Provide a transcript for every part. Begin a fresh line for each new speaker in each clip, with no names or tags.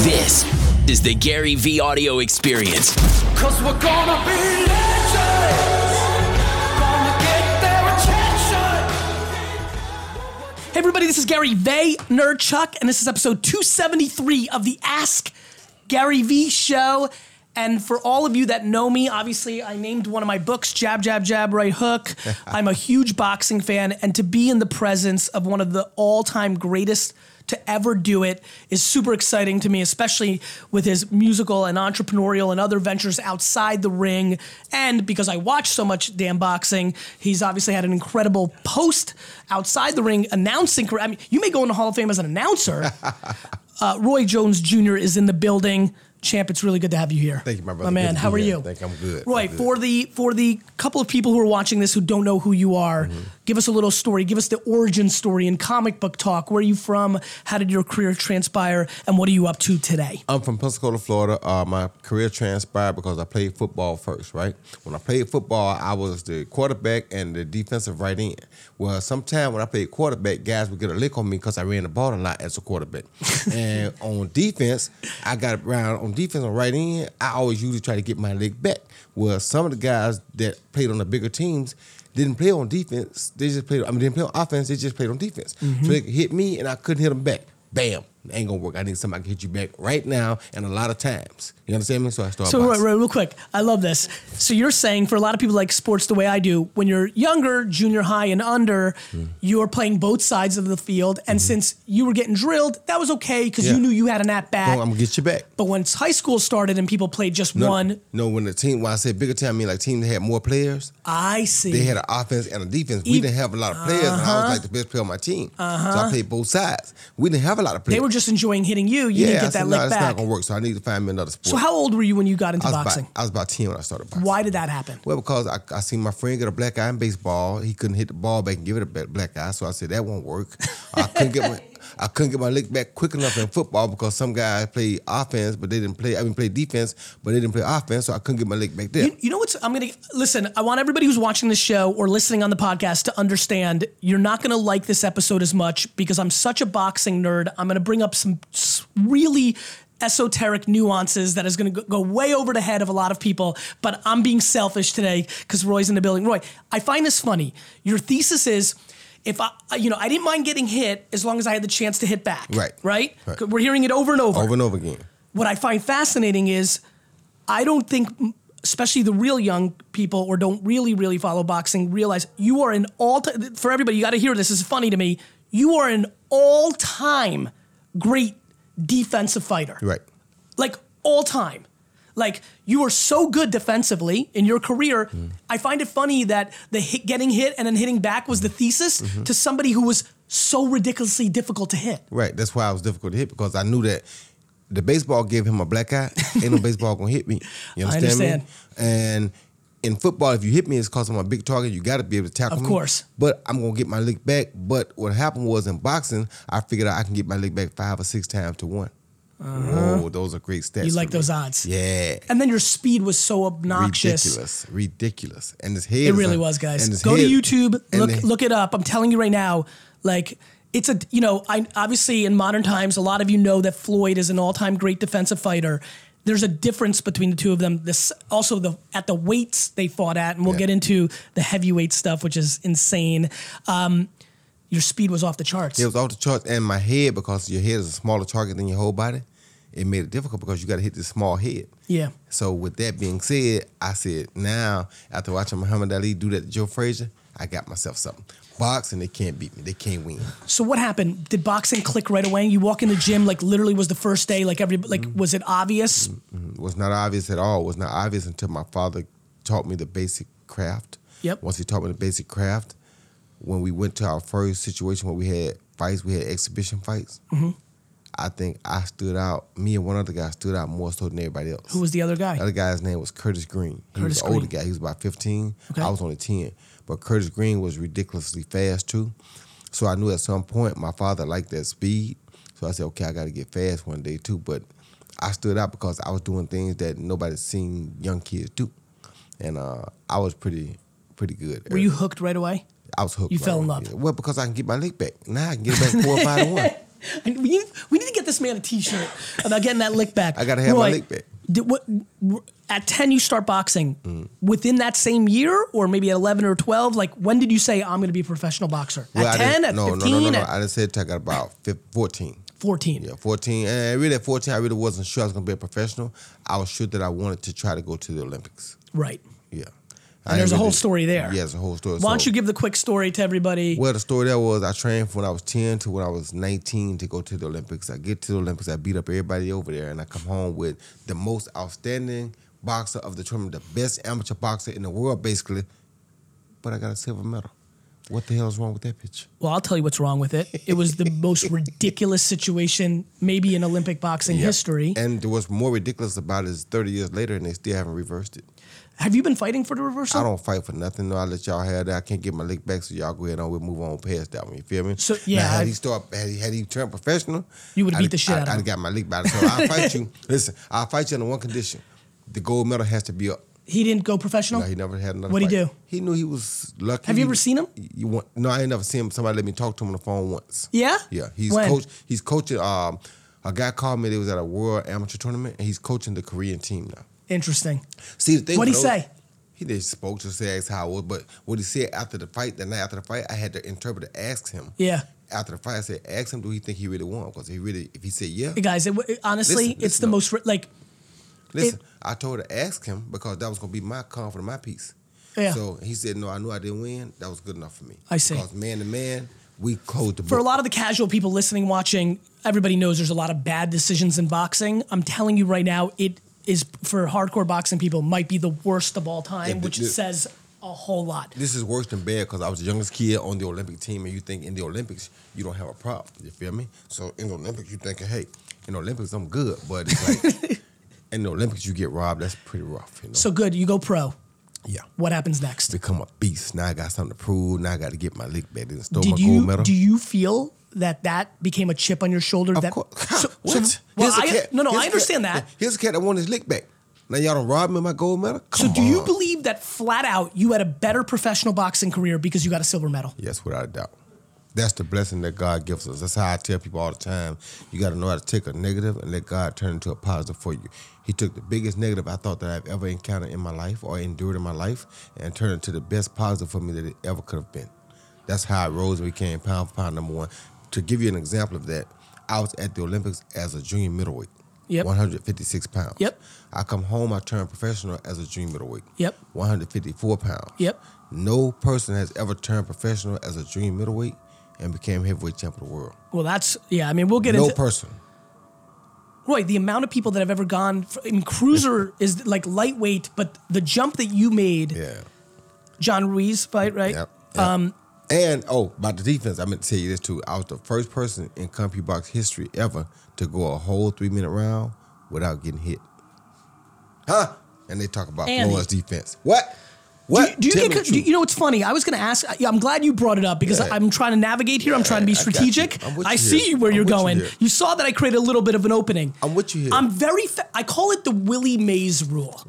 This is the Gary V audio experience.
Cause we're gonna be legends. Gonna get their attention.
Hey, everybody, this is Gary Vaynerchuk, and this is episode 273 of the Ask Gary V Show. And for all of you that know me, obviously, I named one of my books Jab, Jab, Jab, Right Hook. I'm a huge boxing fan, and to be in the presence of one of the all time greatest to ever do it is super exciting to me, especially with his musical and entrepreneurial and other ventures outside the ring. And because I watch so much damn boxing, he's obviously had an incredible post outside the ring announcing. career. I mean, you may go in the Hall of Fame as an announcer. uh, Roy Jones Jr. is in the building. Champ, it's really good to have you here.
Thank you, my brother.
My
Good
man,
to
how
be
are
here.
you?
Thank you. I'm good.
Roy,
I'm good.
for the for the couple of people who are watching this who don't know who you are,
Mm-hmm.
give us a little story. Give us the origin story in comic book talk. Where are you from? How did your career transpire? And what are you up to today?
I'm from Pensacola, Florida. Uh, my career transpired because I played football first, right? When I played football, I was the quarterback and the defensive right end. Well, sometime when I played quarterback, guys would get a lick on me because I ran the ball a lot as a quarterback. and on defense, I got around on defense on right end. I always usually try to get my lick back. Well, some of the guys that played on the bigger teams didn't play on defense. They just played. I mean, didn't play on offense. They just played on defense. So they could hit me, and I couldn't hit them back. Bam, ain't gonna work. I need somebody to hit you back right now, and a lot of times. You understand me? So I started.
So Roy,
boxing.
Roy, real quick, I love this. So you're saying for a lot of people like sports the way I do, when you're younger, junior high and under,
Mm.
you're playing both sides of the field, and since you were getting drilled, that was okay because
Mm-hmm. Yeah.
you knew you had an at bat.
No, I'm gonna get you back.
but once high school started and people played just
No,
one,
No, when the team, when I said bigger team, I mean like team that had more players.
I see.
They had an offense and a defense.
E- Uh-huh.
We didn't have a lot of players, and I was like the best player on my team. So I played both sides. We didn't have a lot of players.
They were just enjoying hitting you. You
yeah.
didn't
I
get
said,
that
no,
lick
that's
back.
not gonna work. So I need to find me another sport.
So how old were you when you got into
I was,
boxing?
About, I was about ten when I started boxing.
Why did that happen?
Well, because I, I seen my friend get a black eye in baseball. He couldn't hit the ball back and give it a ba- black eye, so I said that won't work. I couldn't get my I couldn't get my lick back quick enough in football because some guys play offense, but they didn't play. I mean, play defense, but they didn't play offense, so I couldn't get my lick back there.
You, you know what's? I'm gonna listen. I want everybody who's watching this show or listening on the podcast to understand you're not gonna like this episode as much because I'm such a boxing nerd. I'm gonna bring up some s- really esoteric nuances that is gonna go, go way over the head of a lot of people. But I'm being selfish today because Roy's in the building. Roy, I find this funny. Your thesis is. If I, you know, I didn't mind getting hit as long as I had the chance to hit back.
Right.
Right?
Right.
We're hearing it over and over.
over and over again.
what I find fascinating is I don't think, especially the real young people or don't really, really follow boxing, realize you are an all time, for everybody, you got to hear this, this is funny to me. You are an all time great defensive fighter
Right.
like all time. Like you are so good defensively in your career.
Mm-hmm.
I find it funny that the hit, getting hit and then hitting back was the thesis
Mm-hmm.
to somebody who was so ridiculously difficult to hit.
Right. That's why I was difficult to hit because I knew that the baseball gave him a black eye. Ain't no baseball gonna hit me. You
I
understand,
understand.
me? And in football, if you hit me, it's because I'm a big target. You got to be able to tackle
Of
me.
course.
But I'm gonna get my lick back. But what happened was in boxing, I figured out I can get my lick back five or six times to one. Oh, those are great stats.
Uh-huh. You
for
like
me.
those odds.
Yeah.
And then your speed was so obnoxious.
Ridiculous, ridiculous, and his head.
It
is
really
a-
was, guys.
and his
Go to
head-
YouTube,
and
look
the-
look it up. I'm telling you right now, like it's a you know, I obviously in modern times, a lot of you know that Floyd is an all-time great defensive fighter. There's a difference between the two of them. This also the at the weights they fought at, and we'll
Yeah.
get into the heavyweight stuff, which is insane. Um, your speed was off the charts.
It was off the charts, and my head because your head is a smaller target than your whole body. It made it difficult because you got to hit this small head.
Yeah.
So with that being said, I said now after watching Muhammad Ali do that to Joe Frazier, I got myself something. Boxing, they can't beat me. They can't win.
So what happened? Did boxing click right away? You walk in the gym, like literally was the first day, like every like
Mm-hmm.
was it obvious?
It was not obvious at all. It was not obvious until my father taught me the basic craft.
Yep.
Once he taught me the basic craft, when we went to our first situation where we had fights, we had exhibition fights.
Mm-hmm.
I think I stood out. Me and one other guy stood out more so than everybody else.
Who was the other guy?
The other guy's name was Curtis Green. He was
Curtis
an older
Green.
guy. He was about 15.
Okay.
I was only 10. But Curtis Green was ridiculously fast too. So I knew at some point my father liked that speed. So I said, okay, I got to get fast one day too. But I stood out because I was doing things that nobody's seen young kids do. And uh, I was pretty pretty good.
Were you hooked right away?
I was hooked.
you fell in
away.
love?
Well, because I can get my leg back. Now I can get it back four or five to one.
And we, need, we need to get this this man a T-shirt about getting that lick back.
I gotta have my lick back.
Did, what, at ten, you start boxing.
Mm.
Within that same year, or maybe at eleven or twelve, like when did you say I'm going to be a professional boxer?
Well, I
at
didn't-
ten, at
no,
fifteen,
no, no, no, no.
at
I just said I got about fif- 14.
fourteen.
Yeah, 14. And really at 14, I really wasn't sure I was going to be a professional. I was sure that I wanted to try to go to the Olympics.
Right.
Yeah.
And there's a whole story there.
Yeah, there's a whole story.
Why don't
So-
you give the quick story to everybody?
Well, the story there was I trained from when I was 10 to when I was 19 to go to the Olympics. I get to the Olympics, I beat up everybody over there, and I come home with the most outstanding boxer of the tournament, the best amateur boxer in the world, basically. But I got a silver medal. What the hell is wrong with that picture?
Well, I'll tell you what's wrong with it. It was the most ridiculous situation maybe in Olympic boxing history.
And what's more ridiculous about it is 30 years later, and they still haven't reversed it.
Have you been fighting for the reversal?
I don't fight for nothing. No, I let y'all have that. I can't get my lick back, so y'all go ahead on. We'll move on past that one. You feel me?
So, yeah,
Now, had
I-
he start, had he, had he turned professional,
You would've
I'd-
beat the shit
I,
out of
I'd
him.
got my lick back. So I'll fight you. Listen, I'll fight you on one condition: the gold medal has to be up.
He didn't go professional.
No, he never had another.
What'd he
fight.
do?
He knew he was lucky.
Have you ever seen him?
You want, no, I ain't never seen him. Somebody let me talk to him on the phone once.
Yeah?
Yeah, he's
When?
coach. He's coaching. Um, a guy called me. They was at a world amateur tournament, and he's coaching the Korean team now.
Interesting.
See the thing.
What'd
with
he
those-
say?
He just spoke to say asked how it was, but what he said after the fight, the night after the fight, I had the interpreter ask him.
Yeah.
After the fight, I said, ask him, do he think he really won? Because he really, if he said yeah,
Guys, it, it- honestly,
Listen,
it's
listen
the
up.
most, ri- like,
listen, I told her ask him because that was gonna be my confidence, my piece.
Yeah.
So he said, no, I knew I didn't win. That was good enough for me.
I see.
Because man to man, we closed the book.
for a lot of the casual people listening, watching, everybody knows there's a lot of bad decisions in boxing. I'm telling you right now, it is, for hardcore boxing people, might be the worst of all time,
Yeah, but
which
the-
says a whole lot.
this is worse than bad because I was the youngest kid on the Olympic team, and you think in the Olympics you don't have a problem. You feel me? So in the Olympics you thinking, hey, in the Olympics I'm good, but it's like in the Olympics you get robbed. That's pretty rough. You know?
So good, you go pro.
yeah,
What happens next?
become a beast. Now I got something to prove. Now I got to get my lick back. Didn't stole my
Did
gold
you
medal.
do you feel that that became a chip on your shoulder?
of
that
course.
So-
what?
so- well,
Here's a
I,
cat-
no, no,
here's
I
a
understand
cat-
that.
Here's a cat that want his lick back. Now y'all don't rob me of my gold medal.
So,
Come
do you
on.
believe that flat out you had a better professional boxing career because you got a silver medal?
Yes, without a doubt. That's the blessing that God gives us. That's how I tell people all the time. You got to know how to take a negative and let God turn it into a positive for you. He took the biggest negative I thought that I've ever encountered in my life or endured in my life and turned it to the best positive for me that it ever could have been. That's how I rose and became pound for pound number one. To give you an example of that, I was at the Olympics as a junior middleweight,
Yep.
156 pounds.
Yep.
I come home, I turn professional as a junior middleweight,
Yep.
154 pounds.
Yep.
No person has ever turned professional as a junior middleweight and became heavyweight champ of the world.
Well, that's yeah. I mean, we'll get
no
into
person.
Roy. The amount of people that have ever gone. fr- I mean, cruiser is like lightweight, but the jump that you made,
Yeah. Mm,
John Ruiz fight, right?
Yep. Um, and oh, about the defense, I meant to tell you this too. I was the first person in CompuBox history ever to go a whole three minute round without getting hit. Huh? And they talk about
Andy.
Flores defense. What?
Do
What?
you, do you
Tell
get?
me
co-
the
Do you,
truth.
you know, it's funny. I was going to ask. I- I'm glad you brought it up because
Yeah.
I, am trying to navigate here. I'm trying to be
I got you.
strategic.
I'm with
I
you
see
here.
where
I'm
you're
with you
going. You,
here.
saw that I created a little bit of an opening.
I'm with you here.
I'm very. Fa- I call it the Willie Mays rule.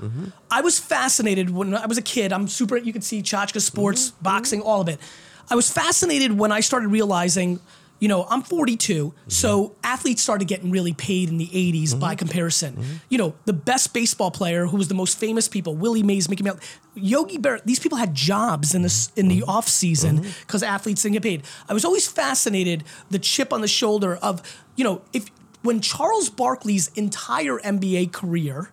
I was fascinated when I was a kid. I'm super. You can see Chachka sports, boxing, all of it. I was fascinated when I started realizing. You know, I'm 42, so athletes started getting really paid in the 80s by comparison. You know, the best baseball player who was the most famous people, Willie Mays, Mickey Mouse, Yogi Berra, these people had jobs in this in the off season because athletes didn't get paid. I was always fascinated the chip on the shoulder of, you know, if when Charles Barkley's entire NBA career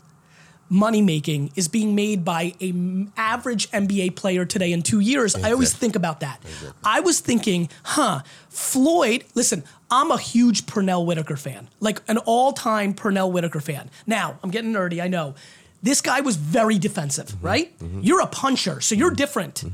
money making is being made by a m- average NBA player today in 2 years, I always
Exactly.
think about that. I was thinking, huh, Floyd, listen, I'm a huge Pernell Whitaker fan. Like an all-time Pernell Whitaker fan. Now, I'm getting nerdy, I know. This guy was very defensive,
Mm-hmm.
right? You're a puncher, so you're different.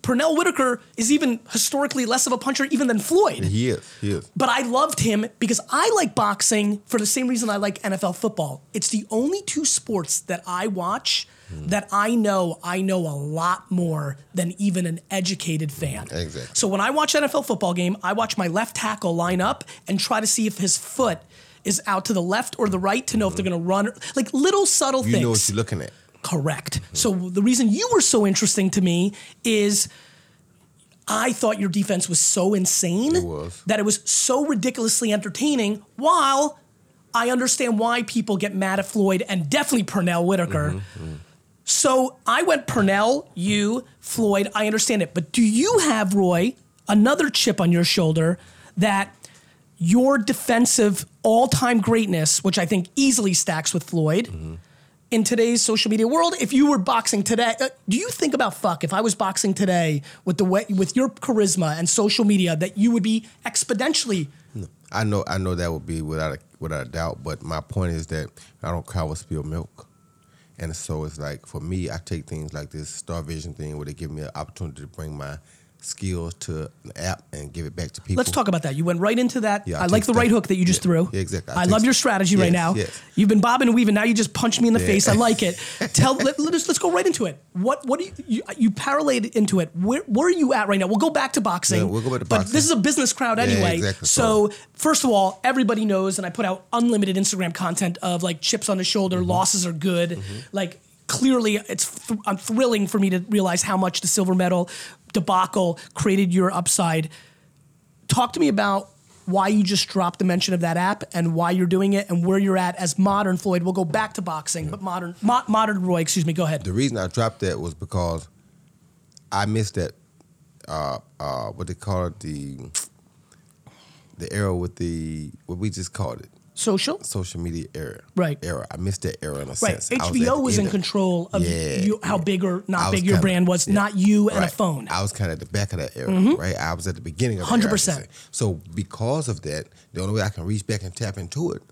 Pernell Whitaker is even historically less of a puncher even than Floyd
He is. He is.
but I loved him because I like boxing for the same reason I like NFL football. It's the only two sports that I watch that I know I know a lot more than even an educated fan.
Mm, exactly.
So when I watch NFL football game, I watch my left tackle line up and try to see if his foot is out to the left or the right to know if they're going to run or- like little subtle
You
things.
know what you're looking at.
Correct. So the reason you were so interesting to me is I thought your defense was so insane
was.
that it was so ridiculously entertaining while I understand why people get mad at Floyd and definitely Pernell Whitaker. So I went Pernell, you, Floyd. I understand it. But do you have, Roy, another chip on your shoulder that your defensive all time greatness, which I think easily stacks with Floyd? in today's social media world, if you were boxing today, uh, do you think about fuck? If I was boxing today with the way, with your charisma and social media, that you would be exponentially.
I know, I know that would be without a, without a doubt. But my point is that I don't cow or spill milk, and so it's like for me, I take things like this star vision thing where they give me an opportunity to bring my skills to an app and give it back to people.
Let's talk about that. You went right into that.
Yeah, I
I, like
take
the right
that.
hook that you
Yeah,
just threw.
yeah, exactly. I
I,
take
love
s-
your strategy
yes,
right now.
yes.
You've been bobbing and weaving. Now you just punched me in the
Yeah.
face. I like it. Tell let, let us let's go right into it. What what do you you, you parlayed into it? Where where are you at right now? We'll go back to boxing.
Yeah, we'll go back to
but
boxing.
this is a business crowd anyway.
exactly.
So first of all, everybody knows, and I put out unlimited Instagram content of like chips on the shoulder,
Mm-hmm.
losses are good. Like clearly, it's th- I'm thrilling for me to realize how much the silver medal debacle created your upside. Talk to me about why you just dropped the mention of that app and why you're doing it and where you're at as modern Floyd. We'll go back to boxing, but modern mo- modern Roy, excuse me. Go ahead.
the reason I dropped that was because I missed that uh uh what they call it the the era with the what we just called it
Social.
social media era
Right.
era I missed that era in a
Right.
sense I at
HBO
the
was
end
in
of-
control of
Yeah,
you, how
yeah.
big or
I
not
was
big your
kinda-
brand was,
yeah.
not you and
Right.
a phone. Mm-hmm.
I was kind of at the back of that era, right? I was at the beginning of that era, I should
100%.
say. So because of that, the only way I can reach back and tap into it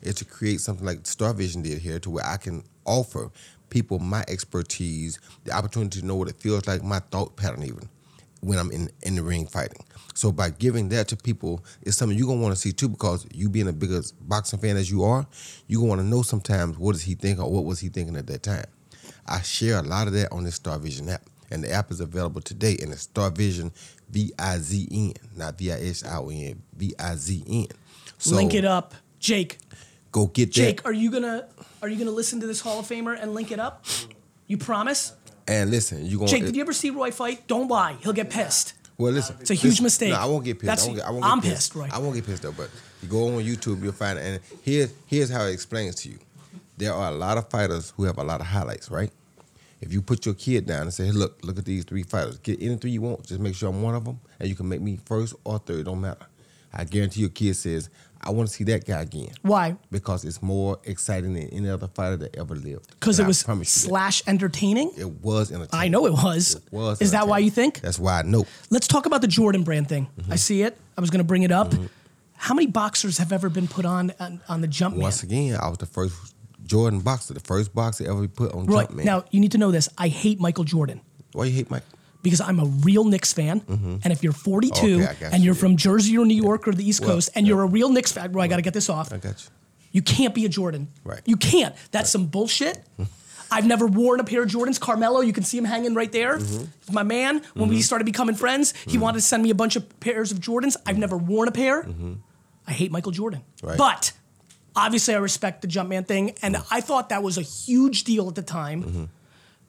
is to create something like Star Vision did here, to where I can offer people my expertise, the opportunity to know what it feels like, my thought pattern even when I'm in, in the ring fighting. So by giving that to people, it's something you're gonna want to see too, because you being a bigger boxing fan as you are, you're gonna want to know sometimes what is he thinking or what was he thinking at that time. I share a lot of that on the Star Vision app. And the app is available today in the Star Vision V I Z N, not V I S I O N, V I Z N. So
link it up, Jake.
Go get
Jake,
that.
are you gonna are you gonna listen to this Hall of Famer and link it up? You promise?
And listen, you going
Jake, did you ever see Roy fight? Don't lie, he'll get pissed.
Well, listen.
It's a huge
listen,
mistake.
No, I won't get pissed.
That's-
I won't get, I won't get
I'm
pissed.
pissed, right.
I won't get pissed though. But you go on YouTube, you'll find it. And here's here's how it explains to you. There are a lot of fighters who have a lot of highlights, right? If you put your kid down and say, "Hey, look, look at these three fighters. Get any three you want. Just make sure I'm one of them, and you can make me first or third. Don't matter." I guarantee your kid says, "I want to see that guy again."
Why?
Because it's more exciting than any other fighter that ever lived.
Because
And
it
I
was
promise you that.
slash entertaining.
It was entertaining.
I know it was.
It was.
Is that why
entertaining.
you think?
That's why I know.
Let's talk about the Jordan brand thing.
Mm-hmm.
I see it. I was gonna bring it up. How many boxers have ever been put on on, on the jump man?
Once again, I was the first Jordan boxer, the first boxer ever put on
Roy,
Jumpman.
now you need to know this. I hate Michael Jordan.
Why you hate Mike?
because I'm a real Knicks fan. And if you're 42
Mm-hmm. Oh, Okay, I got
and
you,
you're
yeah.
from Jersey or New York or the East
Well,
Coast and
yeah.
you're a real Knicks fan, well, I got to get this off.
I got you.
You can't be a Jordan.
Right.
You can't. That's some bullshit. I've never worn a pair of Jordans. Carmelo, you can see him hanging right there.
Mm-hmm.
He's My man, when we started becoming friends, he wanted to send me a bunch of pairs of Jordans. I've never worn a pair. I hate Michael Jordan.
Mm-hmm. Right. Mm-hmm.
But obviously, I respect the Jumpman thing. And I thought that was a huge deal at the time.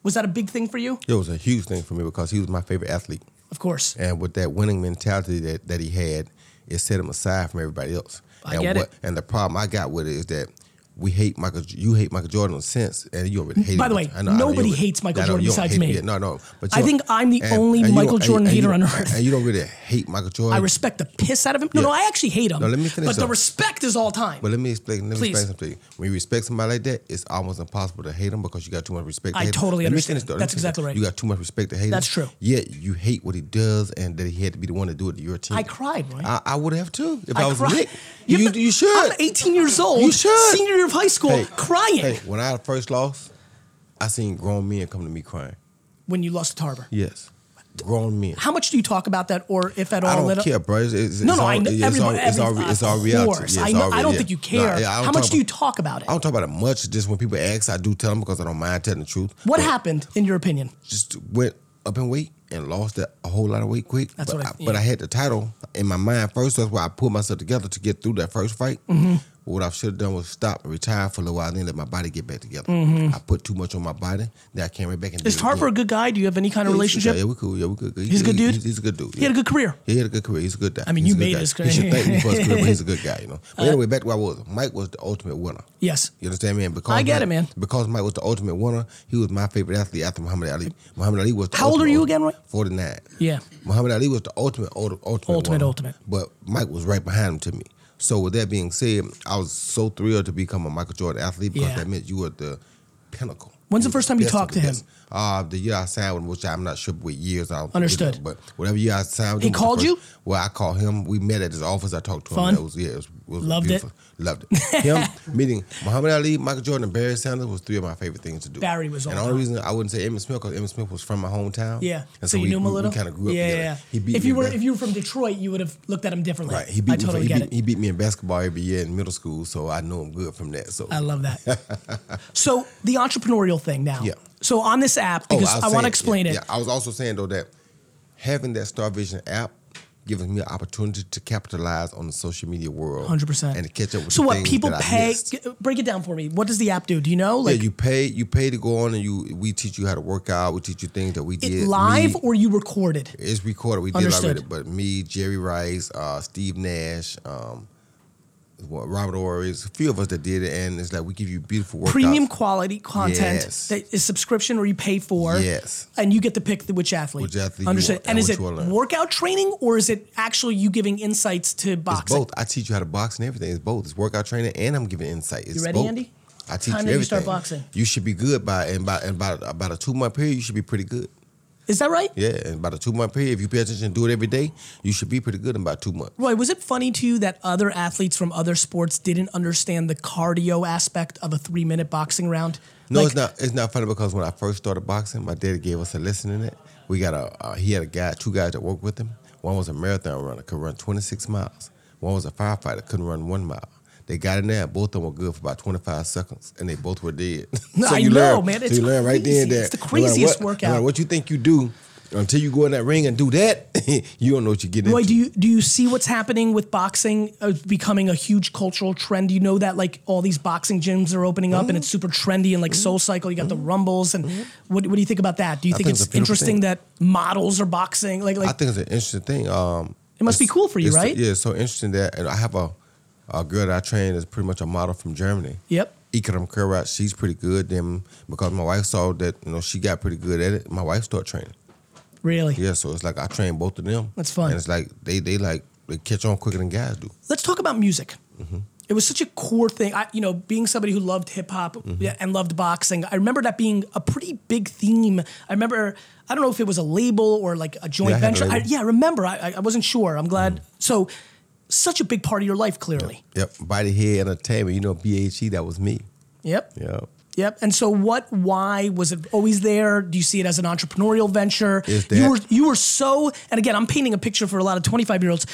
Was that a big thing for you?
It was a huge thing for me because he was my favorite athlete.
Of course.
And with that winning mentality that, that he had, it set him aside from everybody else.
I
and
get
what
it.
and the problem I got with it is that we hate Michael you hate Michael Jordan in a sense and you already hate
By
him.
the way,
I know- I know you
nobody
already-
hates Michael
I know
Jordan
you don't
besides
hate-
me.
yeah, no, no. But
I
you don't-
think I'm the only
you don't-
Michael
and-
Jordan
and you
hater on
don't-
earth.
And you don't really hate Michael Jordan.
I respect the piss out of him. No,
Yeah.
no, I actually hate him.
No, let me finish
But the
up.
respect is all time.
But let me explain. Let me
Please.
explain something. to you. When you respect somebody like that, it's almost impossible to hate him because you got too much respect. To
I
hate him.
totally
Let me
understand.
finish, though. Let me
That's
finish.
exactly right.
You got too much respect to hate
That's
him.
true.
Yet you hate what he does and that he had to be the one to do it to your team.
I cried, Roy.
I, I would have too if I, was
cried.
Nick. You,
have
you,
to-
should.
I'm 18 years old.
You should.
Senior year of high school,
Hey,
crying
Hey, when I first lost, I seen grown men come to me crying.
when you lost to Tarver.
Yes, grown men.
How much do you talk about that, or if at all?
I don't
let it-
care, bro. It's, it's,
No,
it's
no,
all,
I know.
it's, all,
everybody-
it's, all,
every-
it's all
of
reality.
course.
Yeah,
I,
it's
know,
all
I don't
real-
think you
No,
care.
yeah, I don't
How
talk
much do you
about-
talk about it?
I don't talk about it much. Just when people ask, I do tell them because I don't mind telling the truth.
What
But
happened, in your opinion?
Just went up in weight and lost a, a whole lot of weight quick.
That's
but
what I-
But
yeah. Mm-hmm.
I had the title in my mind first. That's why I pulled myself together to get through that first fight. But what I should have done was stop and retire for a little while, then let my body get back together. I put too much on my body, then I came right back and. did
Mm-hmm. Is
it
Harper a
again.
good guy? Do you have any kind of
Yeah, he's a good guy.
relationship?
Yeah, we cool. Yeah, we good. He's,
a good
he-
dude?
He's, a good dude.
He had a good career.
Yeah, he had a good career. He's a good guy.
I mean,
He's
you
a good
made
guy.
his
He should
career. Uh,
thank me for his career, but he's a good guy, you know. But anyway, back to where I was. Mike was the ultimate winner.
Yes.
You understand me? And because
I get
Mike-
it, man.
Because Mike was the ultimate winner, he was my favorite athlete after Muhammad Ali. Muhammad Ali was the
How old are
ultimate
you
ul-
again, Roy?
49.
Yeah.
Muhammad Ali was the ultimate, ultimate, ultimate.
Ultimate,
winner.
ultimate.
But Mike was right behind him to me. So with that being said, I was so thrilled to become a Michael Jordan athlete because
Yeah.
that meant you were at the pinnacle.
When's the
was
first time you
best of
talked
the
to him?
best. Uh, the year I signed with him, which I'm not sure what years. I don't
Understood.
But whatever year I signed with
He
him. was the
called
first-
you?
Well, I called him. We met at his office. I talked to
Fun?
him. That was, yeah, it was, it was
Loved it.
beautiful. Loved it. Him meeting Muhammad Ali, Michael Jordan, and Barry Sanders was three of my favorite things to do.
Barry was
and
on
the only
top.
reason I wouldn't say Emmitt Smith because Emmitt Smith was from my hometown.
Yeah.
and
so, you
we,
knew him a
we-
little.
We kind of grew up.
Yeah,
together.
yeah.
He beat
if
me
you
in
were
bas-
if you were from Detroit, you would have looked at him differently.
right, he beat
I
me.
totally
he,
get
beat,
it.
he beat me in basketball every year in middle school, so I know him good from that. So
I love that. so the entrepreneurial thing now.
Yeah.
So on this app,
Oh, was
because I, want
saying-
to explain
yeah,
it.
Yeah, I was also saying though that having that Star Vision app gives me an opportunity to capitalize on the social media world,
100%.
and to catch up with.
so
the
what
things
people
that I
pay
missed.
g- break it down for me. What does the app do? Do you know? Like
yeah, you pay. You pay to go on, and you we teach you how to work out. We teach you things that we
it
did
live
Me-
or you recorded?
It's recorded. We
Understood.
did already. But me, Jerry Rice, uh, Steve Nash, um, what, Robert Ory's, a few of us that did it, and it's like we give you beautiful workouts.
Premium quality content
Yes.
that is subscription or you pay for.
Yes.
And you get to pick the, which athlete.
Which athlete you
Understood.
want
and
and
is
what
it
you wanna learn.
workout training or is it actually you giving insights to
It's
boxing?
both. I teach you how to box and everything. It's both. It's workout training, and I'm giving insight. It's
ready,
both.
Andy?
I teach
Time
you
that
everything.
you start boxing.
You should be good by and by and by about a two month period. You should be pretty good.
Is that right?
Yeah, and about a two month period, if you pay attention and do it every day, you should be pretty good in about two months.
Roy, was it funny to you that other athletes from other sports didn't understand the cardio aspect of a three minute boxing round?
No,
Like,
it's not. It's not funny because when I first started boxing, my daddy gave us a lesson in it. We got a. Uh, he had a guy, two guys that worked with him. One was a marathon runner, could run 26 miles. One was a firefighter, couldn't run one mile. They got in there. Both of them were good for about 25 seconds, and they both were dead.
No, I
you
know,
learn-
man. It's
so you learn right
crazy.
then that
It's the
no matter
craziest
what,
workout.
No matter what you think you do, until you go in that ring and do that, you don't know what you're getting
Roy,
into.
do you do you see what's happening with boxing uh, becoming a huge cultural trend? Do you know that like all these boxing gyms are opening up and it's super trendy and like Soul Cycle, you got the Rumbles and what, what do you think about that? Do you
I
think,
think it's
it's,
a beautiful
interesting
thing.
that models are boxing? Like
I
like
think it's an interesting thing. Um,
It must be
it's-
cool for you,
it's-
right?
Yeah, it's so interesting that and I have a a girl that I train is pretty much a model from Germany.
Yep.
Ikram Kurat, she's pretty good. Then because my wife saw that, you know, she got pretty good at it. My wife started training.
really.
Yeah, so it's like I train both of them.
That's fun.
And it's like they they like they catch on quicker than guys do.
let's talk about music.
Mm-hmm.
It was such a core thing. I, you know, being somebody who loved hip hop
Mm-hmm.
yeah, and loved boxing, I remember that being a pretty big theme. I remember, I don't know if it was a label or like a joint
Yeah, I had a
venture. I,
label. Mm.
yeah, I remember. I, I- I wasn't sure. I'm glad. So, such a big part of your life, clearly.
Yep. Body Head Entertainment, you know, BHE, that was me.
Yep. Yep.
Yep.
And so, what? Why was it always there? Do you see it as an entrepreneurial venture?
Is
you
that-
were you were so. And again, I'm painting a picture for a lot of 25 year olds.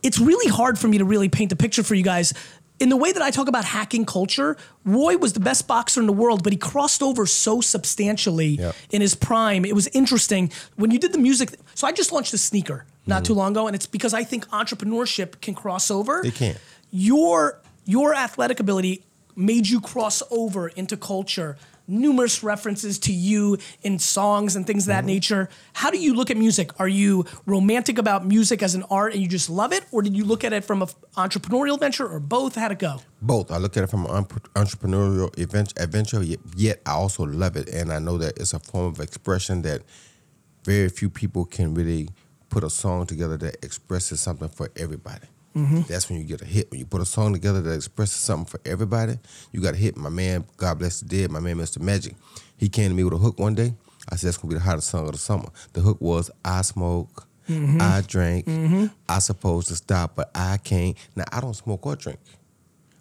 It's really hard for me to really paint a picture for you guys. In the way that I talk about hacking culture, Roy was the best boxer in the world, but he crossed over so substantially
Yep.
in his prime. It was interesting when you did the music. So I just launched a sneaker
Mm-hmm.
not too long ago, and it's because I think entrepreneurship can cross over
It can.
your your athletic ability made you cross over into culture numerous references to you in songs and things of
Mm-hmm.
that nature how do you look at music are you romantic about music as an art and you just love it or did you look at it from an entrepreneurial venture or both how'd it go
Both. I look at it from an unp- entrepreneurial adventure, adventure, yet, yet I also love it. And I know that it's a form of expression that very few people can really put a song together that expresses something for everybody. That's when you get a hit. When you put a song together that expresses something for everybody, you got a hit. My man, God bless the dead, my man, Mr. Magic, he came to me with a hook one day. I said, that's going to be the hottest song of the summer. The hook was, I smoke. I drink. I supposed to stop, but I can't. Now I don't smoke or drink.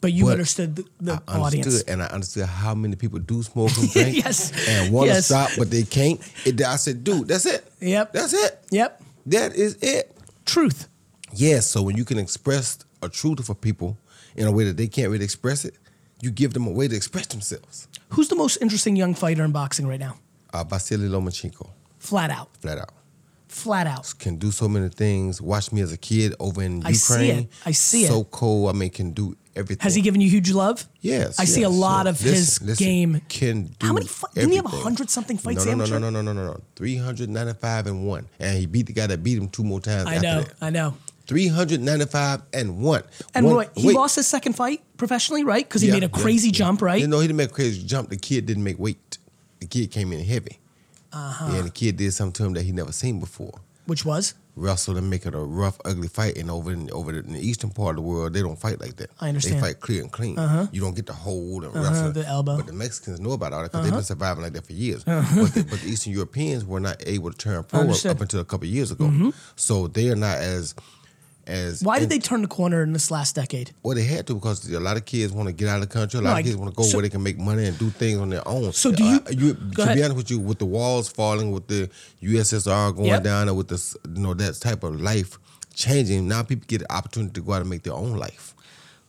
but you
But
understood the, the
I understood,
audience
and I understood how many people do smoke and drink,
Yes.
and want to
Yes.
stop but they can't. It, I said, dude, that's it.
Yep.
that's it.
yep
That is it.
truth
Yeah. So when you can express a truth for people in a way that they can't really express it, you give them a way to express themselves.
who's the most interesting young fighter in boxing right now
Uh, Vasily Lomachenko,
flat out
flat out,
flat out
can do so many things. Watched me as a kid over in
I see
Ukraine.
it. I see it.
So cold. I mean, can do everything.
Has he given you huge love?
Yes.
I see a
yes,
lot
yes.
of
Listen,
his
listen,
game.
Can do
How many fi- didn't he have
everything.
100 something fights
No, no, no,
amateur?
no, no, no, no, no, no. Three hundred ninety-five and one, and he beat the guy that beat him two more times.
I
after
know,
That.
I know.
Three hundred ninety-five and one.
And
one,
Roy, he
wait.
lost his second fight professionally, right? Because he
Yeah,
made a
yeah,
crazy
yeah.
jump, right?
No, he didn't make a crazy jump. The kid didn't make weight. The kid came in heavy. Uh-huh. Yeah, and the kid did something to him that he never seen before.
Which was,
Wrestled and make it a rough, ugly fight. And over in over in the eastern part of the world, they don't fight like that.
I understand.
They fight clear and clean. You don't get the hold and
Uh-huh,
wrestle
the elbow. Uh-huh.
But the Mexicans know about all that because they've been surviving like that for years. But, the, but the Eastern Europeans were not able to turn forward
Understood. Mm-hmm.
up until a couple of years ago. So they are not as as
why did
in-
they turn the corner in this last decade?
well, they had to because a lot of kids want to get out of the country. A lot
No, I-
of kids want to go
so-
where they can make money and do things on their own.
So do
Uh,
you-
you
go
to
ahead.
be honest with you, with the walls falling, with the USSR going
Yep.
down, and with this, you know, that type of life changing, now people get the opportunity to go out and make their own life.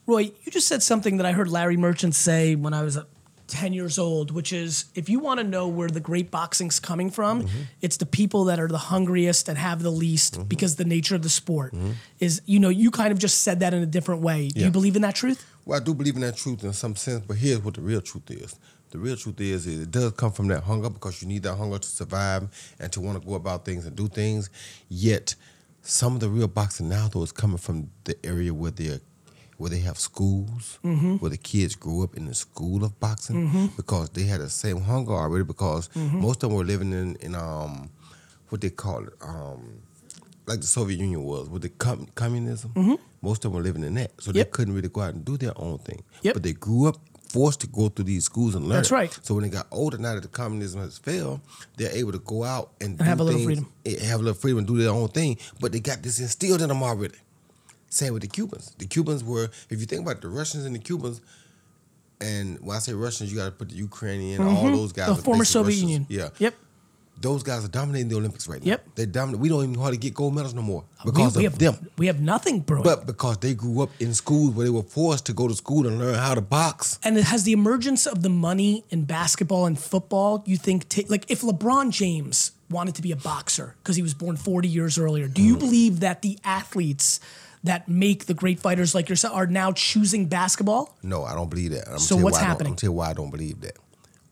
Roy, you just said something that I heard Larry Merchant say when I was uh, 10 years old, which is if you want to know where the great boxing's coming from,
Mm-hmm.
it's the people that are the hungriest and have the least because the nature of the sport is, you know, you kind of just said that in a different way. Do
Mm-hmm. Yeah.
you believe in that truth?
Well, I do believe in that truth in some sense, but here's what the real truth is. The real truth is, is it does come from that hunger because you need that hunger to survive and to want to go about things and do things. Yet, some of the real boxing now though is coming from the area where they're where they have schools, where the kids grew up in the school of boxing because they had the same hunger already because most of them were living in in um what they call it um like the Soviet Union was with the com- communism. Most of them were living in that, so
Mm-hmm. Yep.
they couldn't really go out and do their own thing.
Yep.
But they grew up forced to go through these schools and learn.
That's right.
So when they got older, now that the communism has failed, they're able to go out and, do
have a little
things-
freedom.
eh, Have a little freedom and do their own thing. But they got this instilled in them already. Same with the Cubans. The Cubans were, if you think about it, the Russians and the Cubans, and when I say Russians, you got to put the Ukrainian, all those guys.
Mm-hmm. the
are
former
basically
Soviet
Russians.
Union.
Yeah
Yep.
those guys are dominating the Olympics right now.
Yep.
They dominate. We don't even hardly get gold medals no more because
we, we
of
have,
them.
We have nothing, bro.
But because they grew up in schools where they were forced to go to school and learn how to box.
and it has the emergence of the money in basketball and football. You think, ta- like, if LeBron James wanted to be a boxer because he was born 40 years earlier, do you believe that the athletes that make the great fighters like yourself are now choosing basketball?
No, I don't believe that. I'm
So
tell you
what's
why I don't-
happening?
I'm tell you why I don't believe that.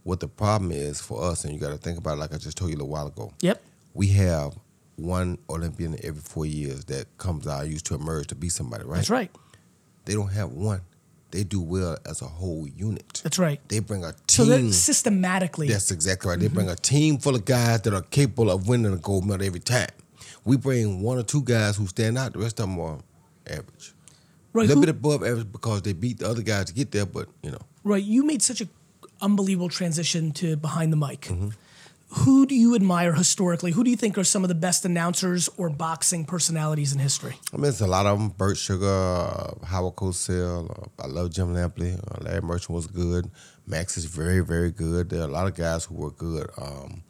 What the problem is for us, and you got to think about it like I just told you a little while ago.
Yep.
We have one Olympian every four years that comes out used to emerge to be somebody, right?
That's right.
They don't have one. They do well as a whole unit.
That's right.
They bring a team.
So that systematically,
That's exactly right. They bring a team full of guys that are capable of winning a gold medal every time. We bring one or two guys who stand out. The rest of them are average, a
Roy,
little
who-
bit above average because they beat the other guys to get there. But you know,
Roy, you made such a unbelievable transition to behind the mic.
Mm-hmm.
Who do you admire historically? Who do you think are some of the best announcers or boxing personalities in history?
I mean, it's a lot of them. Bert Sugar, uh, Howard Cosell. Uh, I love Jim Lampley. Uh, Larry Merchant was good. Max is very, very good. There are a lot of guys who were good. Um,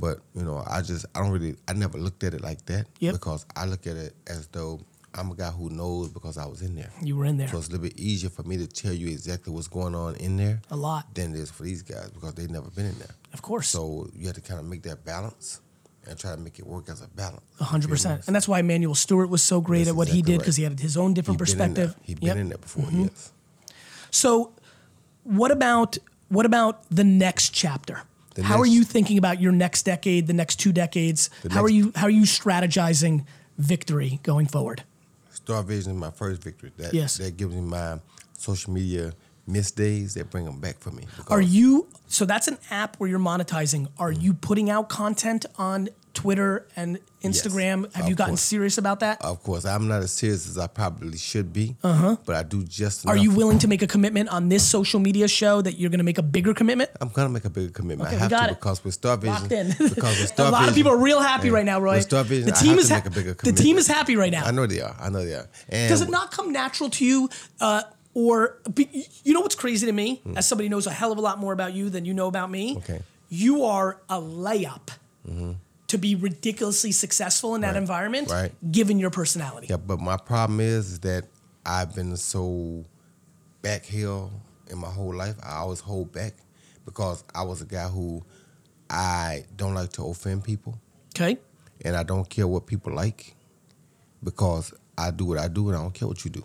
but you know, I just I don't really I never looked at it like that
Yep.
because I look at it as though I'm a guy who knows because I was in there.
You were in there
So it's a little bit easier for me to tell you exactly what's going on in there
a lot,
than it is for these guys because they've never been in there.
of course.
So you have to kind of make that balance and try to make it work as a balance.
A hundred percent, and that's why Emmanuel Stewart was so great
That's
at what he
exactly
did
right.
because he had his own different perspective.
He's been
Yep. Mm-hmm.
in there before, yes.
So, what about what about the next chapter?
The
how are
next-
you thinking about your next decade, the next two decades?
The
How are
next-
you how are you strategizing victory going forward?
Star Vision is my first victory. That,
Yes.
That gives me my social media missed days that bring them back for me.
Are
because-
you so that's an app where you're monetizing? Are
Mm-hmm.
you putting out content on Twitter and Instagram? Have
of
you gotten
course. Uh,
serious about that?
Of course, I'm not as serious as I probably should be, but I do just
Uh-huh. are
enough.
you willing to make a commitment on this social media show that you're going to make a bigger commitment?
I'm gonna make a bigger commitment.
Okay, we
I have
got
to
it.
because with Star Vision,
Locked in.
because with Star
a lot
Vision,
of people are real happy
yeah,
right now, Roy.
With Star Vision,
the
I
team
have
is
to
ha-
make a bigger
the
commitment.
team is happy right
I
now.
know they are. I know they are. And
Does it not come natural to you, uh, or be, you know what's crazy to me? As somebody who knows a hell of a lot more about you than you know about me,
Hmm. Okay. Mm-hmm.
you are a layup. To be ridiculously successful in that environment,
Right.
given your personality.
Yeah, but my problem is, is that I've been so back hill in my whole life. I always hold back because I was a guy who I don't like to offend people,
Okay.
and I don't care what people like because I do what I do, and I don't care what you do.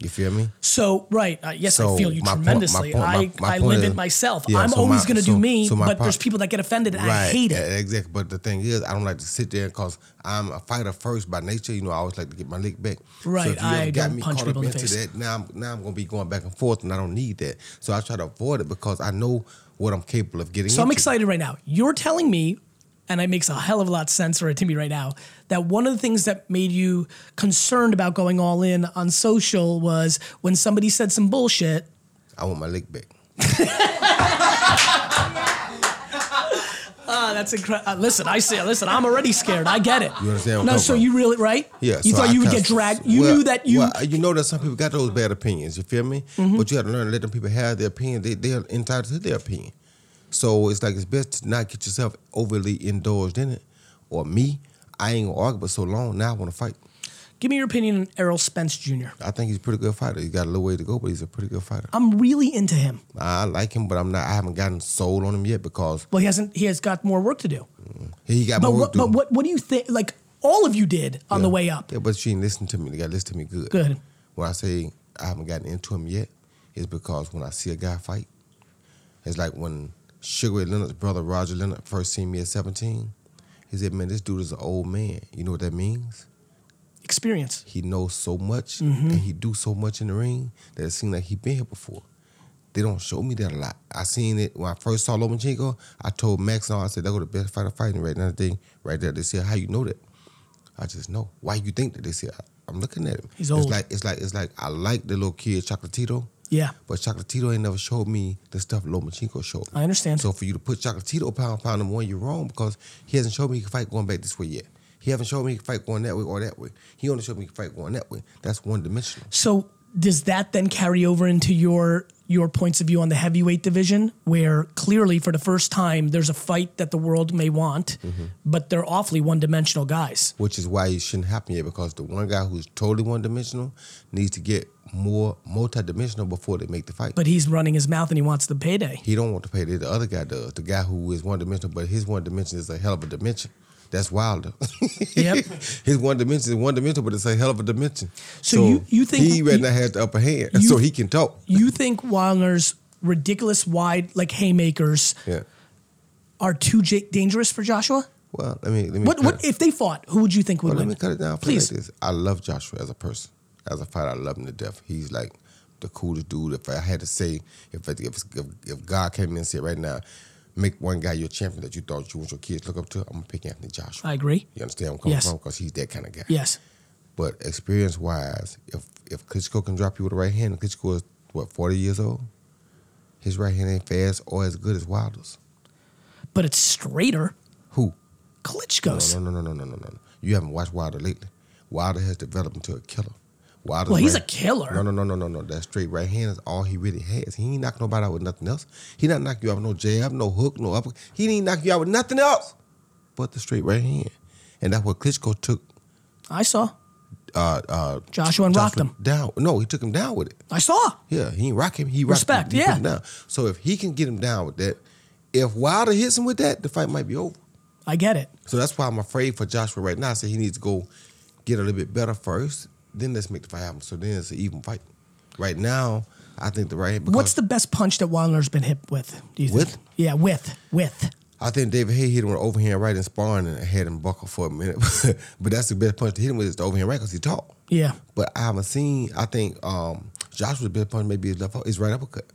You feel me?
So right, uh, yes, I
So
feel you
my point- my
tremendously.
point- my-
I,
my
I
point
live
is-
it myself.
yeah,
I'm
so
always
my-
gonna do
so-
me,
so my
but
pro-
there's people that get offended and I hate it.
yeah, Exactly. But the thing is, I don't like to sit there because I'm a fighter first by nature. You know, I always like to get my lick back.
Right,
So if you ever
I
got
don't
me
punch
caught
people
up
in the
into
face.
that, now I'm now I'm gonna be going back and forth, and I don't need that. So I try to avoid it because I know what I'm capable of getting.
So I'm
into.
excited right now. You're telling me, and it makes a hell of a lot of sense for it to me right now, that one of the things that made you concerned about going all in on social was when somebody said some bullshit.
I want my lick back.
Ah, that's incredible. listen, I see. Listen, I'm already scared. I get it.
You understand where I'm
No,
coming
so
from?
you really right?
Yeah,
You
so
thought
I
you would
kinda-
get dragged. You
well-
knew that you. Mm-hmm.
Well, uh, you know that some people got those bad opinions. You feel me? But you got to learn to let them people have their opinion. They they're entitled to their opinion. So it's like it's best to not get yourself overly indulged in it. Or me, I ain't gonna argue, but so long now I want to fight.
give me your opinion on Errol Spence Jr.
I think he's a pretty good fighter. He's got a little way to go, but he's a pretty good fighter.
I'm really into him.
I like him, but I'm not. I haven't gotten sold on him yet because
Well, he hasn't. He has got more work to do.
he got
But
more.
what?
to do.
But what? What do you think? Like all of you did on the way up.
Yeah, but she didn't listen to me. They got to listen to me good.
Good.
When I say I haven't gotten into him yet, it's because when I see a guy fight, it's like when Sugar Ray Leonard's brother Roger Leonard first seen me at 17. He said, "Man, this dude is an old man. You know what that means?
Experience.
He knows so much
Mm-hmm.
and he do so much in the ring that it seemed like he been here before." They don't show me that a lot. I seen it when I first saw Lomachenko. I told Max, and all, I said, "That was the best fighter fighting right now." They right there. They said, "How you know that?" I just know. Why you think that this year? I'm looking at him.
He's old.
It's like it's like it's like I like the little kid Chocolatito.
Yeah.
But Chocolatito ain't never showed me the stuff Lomachenko showed me.
I understand.
So for you to put Chocolatito pound pound number one, you're wrong because he hasn't shown me he can fight going back this way yet. He haven't shown me he can fight going that way or that way. He only showed me he can fight going that way. That's one dimensional.
So does that then carry over into your your points of view on the heavyweight division, where clearly for the first time there's a fight that the world may want,
Mm-hmm.
but they're awfully one dimensional guys.
which is why it shouldn't happen yet because the one guy who's totally one dimensional needs to get more multi-dimensional before they make the fight.
But he's running his mouth and he wants the payday.
He don't want to pay that the other guy does. The guy who is one dimensional, but his one dimension is a hell of a dimension. That's wilder.
Yep.
his one dimension is one dimensional, but it's a hell of a dimension.
So you- you think-
he right
you-
now has the upper hand,
you-
so he can talk.
You think Wilner's ridiculous wide like haymakers
Yeah.
are too j- dangerous for Joshua?
Well, let me let me.
What
cut
what
it-
if they fought? Who would you think would
well, let
win?
me cut it down. For
Please.
Please. Like this. I love Joshua as a person, as a fighter. I love him to death. He's like the coolest dude. If I had to say, if I- if if, if God came in and said right now, make one guy your champion that you thought you want your kids to look up to, I'm gonna pick Anthony Joshua.
I agree.
You understand where I'm coming
Yes.
from? Because he's that kind of guy.
Yes.
But experience wise, if if Klitschko can drop you with a right hand, Klitschko is what forty years old. His right hand ain't fast or as good as Wilder's.
But it's straighter.
Who?
Klitschko's.
No, no, no, no, no, no, no, no. You haven't watched Wilder lately. Wilder has developed into a killer. Wilder.
Well, he's a killer.
No, no, no, no, no, no. That straight right hand is all he really has. He ain't knock nobody out with nothing else. He not knock you out with no jab, no hook, no upper. He didn't knock you out with nothing else but the straight right hand. And that's what Klitschko took
I saw.
uh, uh,
Joshua and rocked him.
down. No, he took him down with it.
I saw.
Yeah, he ain't rock him. He rock Him,
Respect,
he
yeah.
put him down. So if he can get him down with that, if Wilder hits him with that, the fight might be over.
I get it.
So that's why I'm afraid for Joshua right now. I say he needs to go get a little bit better first, then let's make the fight happen. So then it's an even fight. Right now, I think the right hand. because
What's the best punch that Wilder's been hit with? Do you
With?
think? Yeah, with with.
I think David Hay hit him with an overhand right in sparring and had him buckle for a minute. but that's the best punch to hit him with is the overhand right because he tall.
Yeah.
But I haven't seen. I think um, Joshua's best punch maybe is left hook, is right uppercut.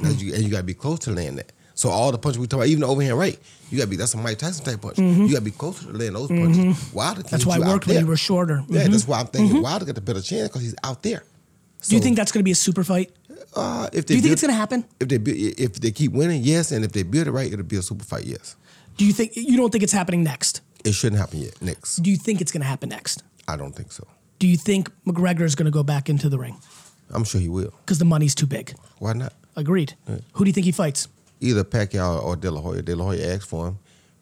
Now
Hmm.
you, and you gotta be close to landing that. So all the punches we talk about, even the overhand right, you gotta be that's a Mike Tyson type punch. You gotta be close to landing those punches. Wilder can
Mm-hmm. That's
hit
why
you
it
out
worked when
there.
you were shorter.
Yeah,
Mhm.
that's why I'm thinking Wilder got the better chance because he's out there.
Do you
So,
think that's going to be a super fight?
uh, if they
Do you think
build-
it's going to happen?
If they bu- if they keep winning, yes, and if they build it right, it'll be a super fight. Yes,
Do you think you don't think it's happening next?
it shouldn't happen yet. Next,
Do you think it's going to happen next?
I don't think so.
Do you think McGregor is going to go back into the ring
I'm sure he will.
because the money's too big?
Why not?
Agreed. Who do you think he fights?
Either Pacquiao or De La Hoya. De La Hoya asked for him.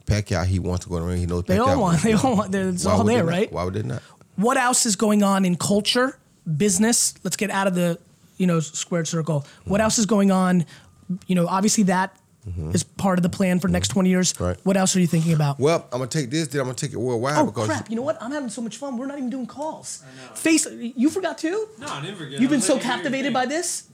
Pacquiao, he wants to go in the ring. He knows
They
Pacquiao
all want.
wants to
They
go.
all want. It's
Why
all
would they
there,
not?
right?
Why would they not?
What else is going on in culture, business? Let's get out of the you know squared circle. What else is going on? You know, obviously that is part of the plan for the next 20 years.
Right.
What else are you thinking about?
Well, I'm gonna take this. Then I'm gonna take it worldwide
Oh
because
crap! You know what? I'm having so much fun. We're not even doing calls. Face, you forgot too.
No, I never get.
You've been so captivated by this?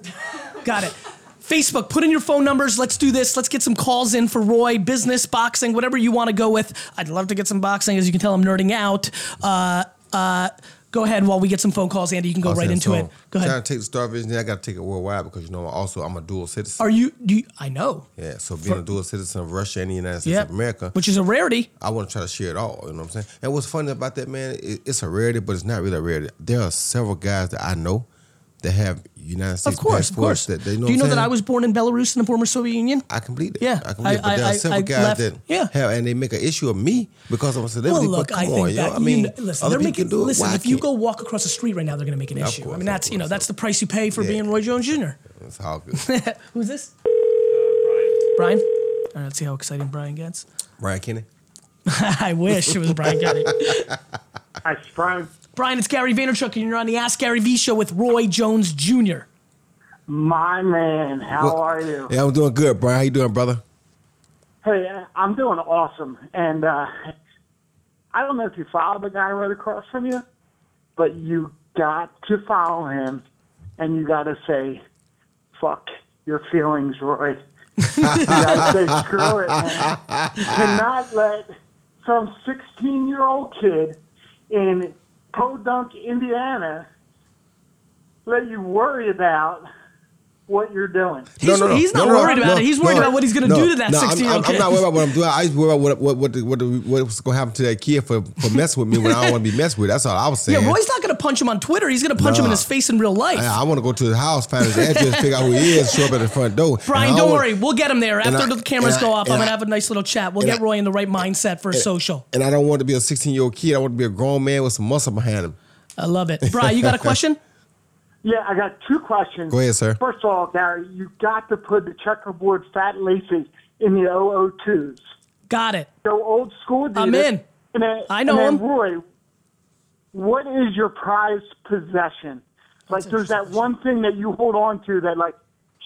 Got it. Facebook, put in your phone numbers. Let's do this. Let's get some calls in for Roy, business, boxing, whatever you want to go with. I'd love to get some boxing. As you can tell, I'm nerding out. Uh, uh, go ahead while we get some phone calls, Andy. You can go
I was
right
saying,
into
so
it. Go
Trying
ahead.
to take the star vision, then I gotta take it worldwide because you know also I'm a dual citizen.
Are you, do you? I know.
yeah, so being a dual citizen of Russia and the United States
Yeah.
of America,
Which is a rarity.
I want to try to share it all. You know what I'm saying? And what's funny about that, man, it, it's a rarity, but it's not really a rarity. There are several guys that I know that have United States
Of course, of
passports
course.
that they know.
do you know
what I'm
that I
saying?
was born in Belarus in the former Soviet Union?
I can believe it.
Yeah,
I can believe it. But
I-
there are
I-
several
I
guys
left-
that
yeah.
have, and they make an issue of me because I'm a
Well,
celebrity.
look,
but
I
come
think
on, yo.
that
I mean,
you know, listen,
other
they're
people
making
can do it.
listen.
Why I
if you
can't?
go walk across the street right now, they're going to make an issue. I
course,
mean,
of
that's you know
course,
that's
of
the price you pay for
Yeah.
being Roy Jones Jr.
it's all good.
Who's this? Brian. All right, let's see how exciting Brian gets.
Brian Kenny.
I wish it was Brian Kelly.
I sprung.
Brian, it's Gary Vaynerchuk, and you're on the Ask Gary V show with Roy Jones Jr.
My man, how
Well-
are you?
Yeah, I'm doing good, Brian. How you doing, brother?
Hey, uh, I'm doing awesome. And uh, I don't know if you follow the guy right across from you, but you got to follow him and you got to say, fuck your feelings, Roy. you got to say, screw it, man. You cannot let some 16 year old kid in Podunk, Indiana, let you worry about what you're doing.
He's- he's not worried about it. He's worried about what he's gonna do to that
I'm-
16-year-old
I'm, I'm not
kid.
worried about what I'm doing. I just worry about what what what, the, what, the, what's gonna happen to that kid for, for messing with me when I don't want to be messed with. That's all I was saying.
Yeah, Roy's not going to punch him on Twitter. He's going to punch him in
Nah.
his face in real life.
I, want to go to his house, find his address, figure out who he is, show up at the front door.
Brian,
And I
don't
wanna-
worry. We'll get him there.
and
After
I-
the cameras
and I-
go off, I'm
and
going to
I-
have a nice little chat. We'll
and
get
I-
Roy in the right mindset for social.
And I don't want to be a 16 year old kid. I want to be a grown man with some muscle behind him.
I love it. Brian, you got a question?
Yeah, I got two questions.
Go ahead, sir.
First of all, Gary, you got to put the checkerboard fat laces in the 002s.
got it.
Go old school. Did
I'm
it.
in.
And then,
I know
and then,
him.
Roy, what is your prized possession? Like, there's that one thing that you hold on to that, like,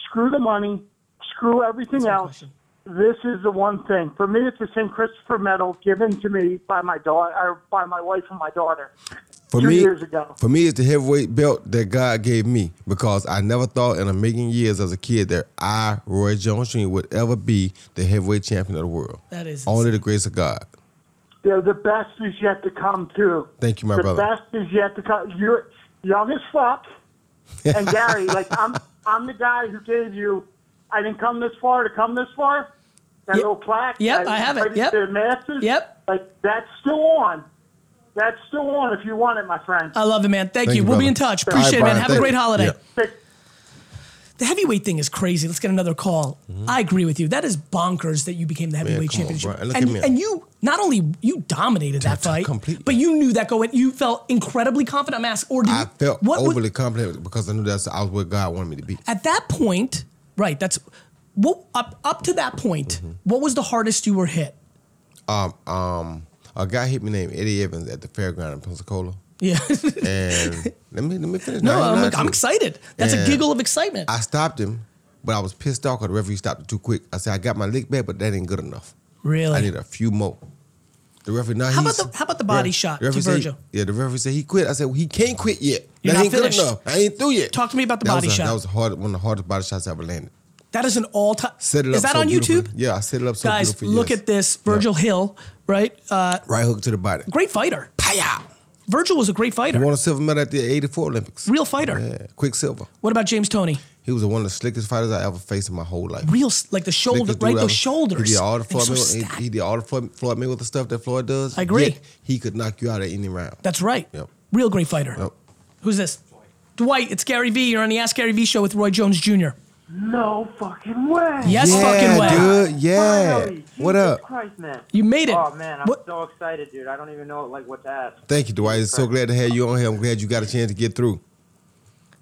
screw the money, screw everything else.
question.
This is the one thing. For me, it's the St. Christopher medal given to me by my daughter, or by my wife and my daughter.
For
Two
me,
years ago.
for me, it's the heavyweight belt that God gave me because I never thought in a million years as a kid that I, Roy Jones Jr., would ever be the heavyweight champion of the world.
That is
only
insane.
the grace of God.
you know, the best is yet to come too.
Thank you, my
the
brother.
The best is yet to come. You're young as fuck. And Gary, like I'm I'm the guy who gave you I didn't come this far to come this far.
Yep.
That little plaque.
Yep,
that
I have it.
raised
Yep.
to The masters.
Yep.
Like that's still on. That's still on if you want it, my friend.
I love it, man. Thank,
Thank
you.
you,
We'll be
brother.
in touch.
All right,
Appreciate it, man.
Brian.
Have a
Thank-
great holiday.
yeah.
The heavyweight thing is crazy. Let's get another call. I agree with you. That is bonkers that you became the heavyweight
Mm-hmm. come on,
championship.
Brian. Look
and,
at me.
and you not only you dominated that fight,
completely.
but you knew that going. You felt incredibly confident. I'm asking, or did
I
you,
felt
Mm-hmm. what would-
overly complimented because I knew that's I was what God wanted me to be.
at that point? Right. That's what up up to that point.
Mm-hmm.
What was the hardest you were hit?
Um, um, a guy hit me named Eddie Evans at the fairground in Pensacola,
Yeah.
and let me let me finish.
no,
Now,
I'm,
you
like,
know,
I'm excited. That's a
And
giggle of excitement.
I stopped him, but I was pissed off because the referee stopped it too quick. I said I got my lick back, but that ain't good enough.
really.
I need a few more. The referee now
How about
he's-
the- how about the body shot
referee
to
said he-
Virgil?
yeah, the referee said he quit. I said well, he can't quit yet.
You're
that
not
ain't
finished.
good enough. I ain't through yet.
Talk to me about the
That
body
was a-
shot.
That was the hard, one of the hardest body shots I ever landed.
that is an all time.
Set it up.
Is that
so
on
beautifully.
YouTube?
Yeah, I set it up so
Guys,
beautifully,
look
yes.
at this. Virgil Hill, right? Uh,
Yeah. Right hook to the body.
great fighter.
Pow!
Virgil was a great
He
fighter.
won a silver medal at the '84 Olympics.
Real fighter.
Yeah, quicksilver.
What about James Tony?
He was one of the slickest fighters I ever faced in my whole life.
Real, s- like the shoulder,
Slickest dude
right?
ever.
Those shoulders.
He did all the
And
Floyd,
so
Mayweather,
stacked.
he, he did all the Floyd, Floyd Mayweather stuff that Floyd does.
I agree.
yet he could knock you out at any round.
That's right.
Yep.
Real great fighter.
Yep.
Who's this? Dwight, it's Gary Vee. You're on the Ask Gary Vee show with Roy Jones Jr.
No fucking way.
Yes, fucking way.
dude. Yeah.
Finally. Jesus
What up?
Christ, man.
You made it.
Oh man, I'm
What-
so excited, dude. I don't even know like what to ask.
Thank you, Dwight. It's so glad to have you on here. I'm glad you got a chance to get through.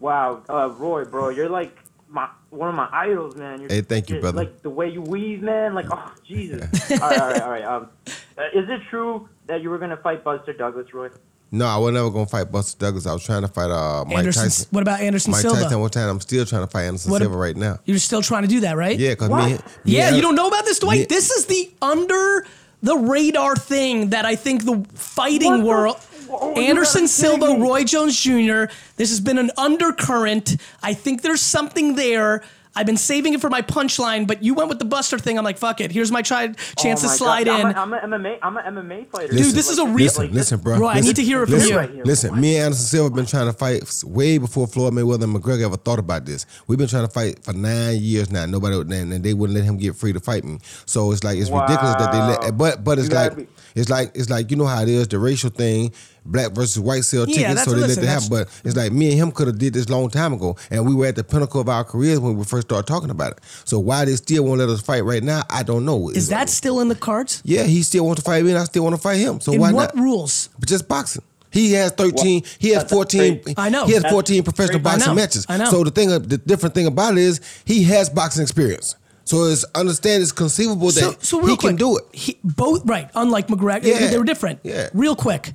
Wow, uh, Roy, bro, you're like my one of my idols, man. You're,
Hey, thank you,
you're-
brother.
Like the way you weave, man. Like, oh Jesus. all right, all right, all right. Um, uh, is it true that you were gonna fight Buster Douglas, Roy?
No, I was never gonna fight Buster Douglas. I was trying to fight uh, Mike
Anderson.
Tyson.
What about Anderson
Mike
Silva?
Tyson. One time, I'm still trying to fight Anderson
What ab-
Silva right now.
You're still trying to do that, right?
Yeah, because
What?
me. me
Yeah,
and-
you don't know about this, Dwight.
Yeah.
This is the under the radar thing that I think the
What
fighting
the-
world.
Oh, you
Anderson
gotta be
Silva,
kidding me.
Roy Jones Jr. This has been an undercurrent. I think there's something there. I've been saving it for my punchline, but you went with the Buster thing. I'm like, fuck it. Here's my try- chance
Oh
to
my
slide
God.
in.
I'm, a, I'm, a MMA, I'm a MMA fighter.
Listen,
this is a
Like,
real-
Listen,
like,
listen, bro.
Bro, I
Listen,
need to hear it from
listen,
you.
Right here.
Listen, me and Anderson Silva been trying to fight s- way before Floyd Mayweather and McGregor ever thought about this. We've been trying to fight for nine years now. Nobody would- and and they wouldn't let him get free to fight me. So it's like it's ridiculous that they
Wow.
let. But but it's
You gotta
like
be-
it's like it's like you know how it is the racial thing. Black versus white sell
Yeah,
tickets,
that's-
so they
listen,
let that happen.
that's-
But it's like me and him could have did this long time ago, and we were at the pinnacle of our careers when we first started talking about it. So why they still won't let us fight right now? I don't know.
is
It's-
that still in the cards?
Yeah, he still wants to fight me, and I still want to fight him. So
In
why
what
not?
rules?
But just boxing. He has thirteen. He has
That's
fourteen.
crazy.
I know.
He has
That's
fourteen professional
crazy. I
boxing
know.
matches.
I know.
So the thing, uh, the different thing about it is he has boxing experience. So it's understand it's conceivable
So,
that
so
he
real quick,
can do it.
He, both right, unlike McGregor,
Yeah.
they were different.
Yeah.
Real quick,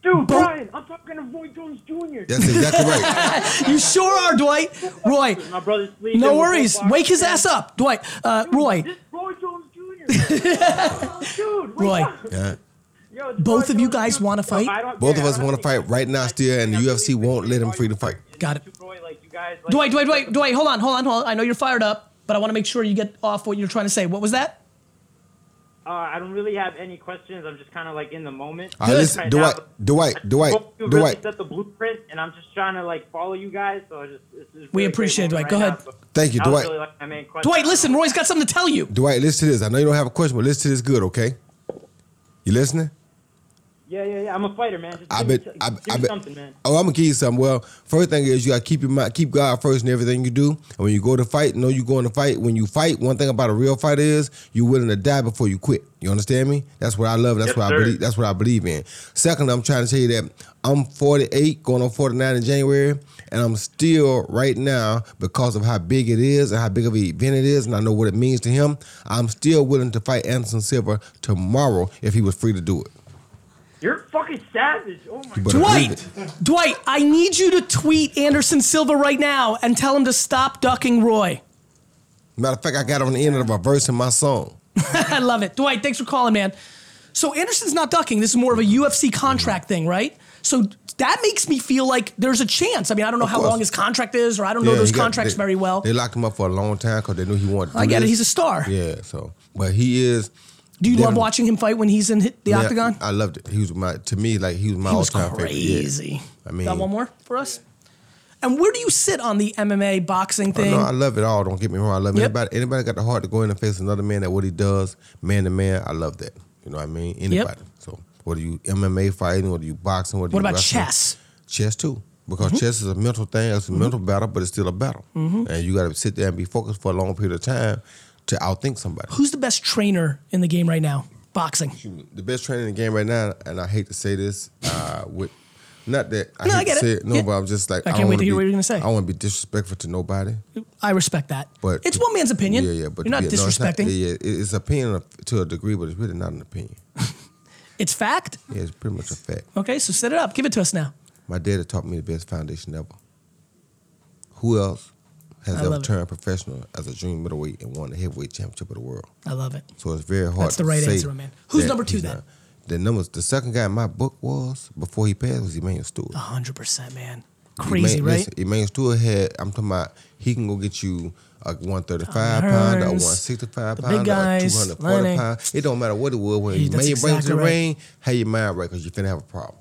Dude,
Bo-
Brian, I'm talking to Roy Jones Jr.
That's exactly right.
you sure are, Dwight. Roy,
My brother's sleeping.
no
We're both
worries.
boxing
Wake his
fans.
ass up, Dwight. Uh,
Dude,
Roy,
This Roy Jones Jr. Dude, wake
Roy.
up.
Yeah.
Yo, it's
Both
Roy
of you
Jones
guys
Jr.
wanna
Yo,
fight?
I don't
Both
care.
of us
I don't
wanna
think-
fight right now still, and the
I think
UFC
I'm
won't let him
really
free to
fighting.
fight.
Got it.
Roy, like, you guys, like-
Dwight, Dwight, Dwight, Dwight. Hold on, hold on, hold on. I know you're fired up, but I want to make sure you get off what you're trying to say. What was that?
Uh, I don't really have any questions. I'm just kind of like in the moment.
All right, listen,
Right
Dwight,
now,
Dwight,
I just
Dwight,
hope you
Dwight.
Really set the blueprint, and I'm just trying to like follow you guys. So I just, it's just really
We
great
appreciate it,
moment
Dwight. Go
right
ahead.
now, so
Thank you,
that was
Dwight.
really, like, my main question.
Dwight, listen, Roy's got something to tell you.
Dwight, listen to this. I know you don't have a question, but listen to this good, okay? You listening?
Yeah, yeah, yeah. I'm a fighter, man. Just
I
give me
bet.
so-
I,
give
I
me
bet.
something, man.
Oh, I'm gonna give you something. Well, first thing is you gotta keep your mind, keep God first in everything you do. And when you go to fight, know you're going to fight. When you fight, one thing about a real fighter is you're willing to die before you quit. You understand me? That's what I love. That's
Yes,
what I
sir.
believe. That's what I believe in. Second, I'm trying to tell you that I'm 48, going on 49 in January, and I'm still right now because of how big it is and how big of an event it is, and I know what it means to him. I'm still willing to fight Anderson Silva tomorrow if he was free to do it.
You're fucking savage. Oh my.
You better believe
Dwight,
it.
Dwight, I need you to tweet Anderson Silva right now and tell him to stop ducking Roy.
Matter of fact, I got it on the end of a verse in my song.
I love it. Dwight, thanks for calling, man. So Anderson's not ducking. This is more of a UFC contract thing, right? So that makes me feel like there's a chance. I mean, I don't know
Of
how
course.
long his contract is, or I don't know
Yeah,
those
he got-
contracts
they-
very well.
They locked him up for a long time because they knew he wanted. To
I
do
get it.
this.
He's a star.
Yeah. So, but he is.
Do you love
definitely-
watching him fight when he's in hit- the
Yeah,
octagon?
I loved it. He was my to me like he was my
He
all
was
time favorite. Yeah.
crazy.
I mean-
got one more for us. And where do you sit on the MMA boxing
Oh,
thing?
No, I love it all. Don't get me wrong. I love
Yep.
anybody. Anybody got the heart to go in and face another man at what he does, man to man. I love that. You know what I mean? Anybody. So whether you MMA fighting, whether you boxing, whether
what
you
about
wrestling,
chess? Mm-hmm.
Chess too. Because chess is a mental thing, it's a mental battle, but it's still a battle. And you gotta sit there and be focused for a long period of time to outthink somebody.
Who's the best trainer in the game right now? Boxing.
the best trainer in the game right now, and I hate to say this, uh, with not that I
No, I
hate to
get it.
say it, no,
Yeah.
but I'm just like
I can't
don't
wait
wanna
to hear
be-
what you're gonna say.
I want to be disrespectful to nobody,
I respect that.
but
it's one man's opinion.
Yeah, yeah, but
you're not
yeah, no, it's
disrespecting.
yeah, yeah, it- it's opinion of- to a degree, but it's really not an opinion.
It's fact.
Yeah, it's pretty much a fact.
Okay, so set it up. Give it to us now.
My daddy taught me the best foundation ever. Who else has
I
ever
love it.
turned professional as a junior middleweight and won the heavyweight championship of the world?
I love it.
So it's very hard.
That's the
to
right
say
answer, my man. Who's
that
number two
he's
then?
not. The numbers. The second guy in my book was before he passed was Emmanuel Stewart.
A hundred percent, man. Crazy,
Ema-
right?
Listen, Emmanuel Stewart had. I'm talking about. He can go get you a 135
Tom
pounder, a
Hearns,
165
the big
pounder,
guys,
a 240
Lenny.
pounder. It don't matter what it was when
Yeah,
you
that's
made your brains to
exactly
the
right.
ring. Have your mind right because you finna have a problem.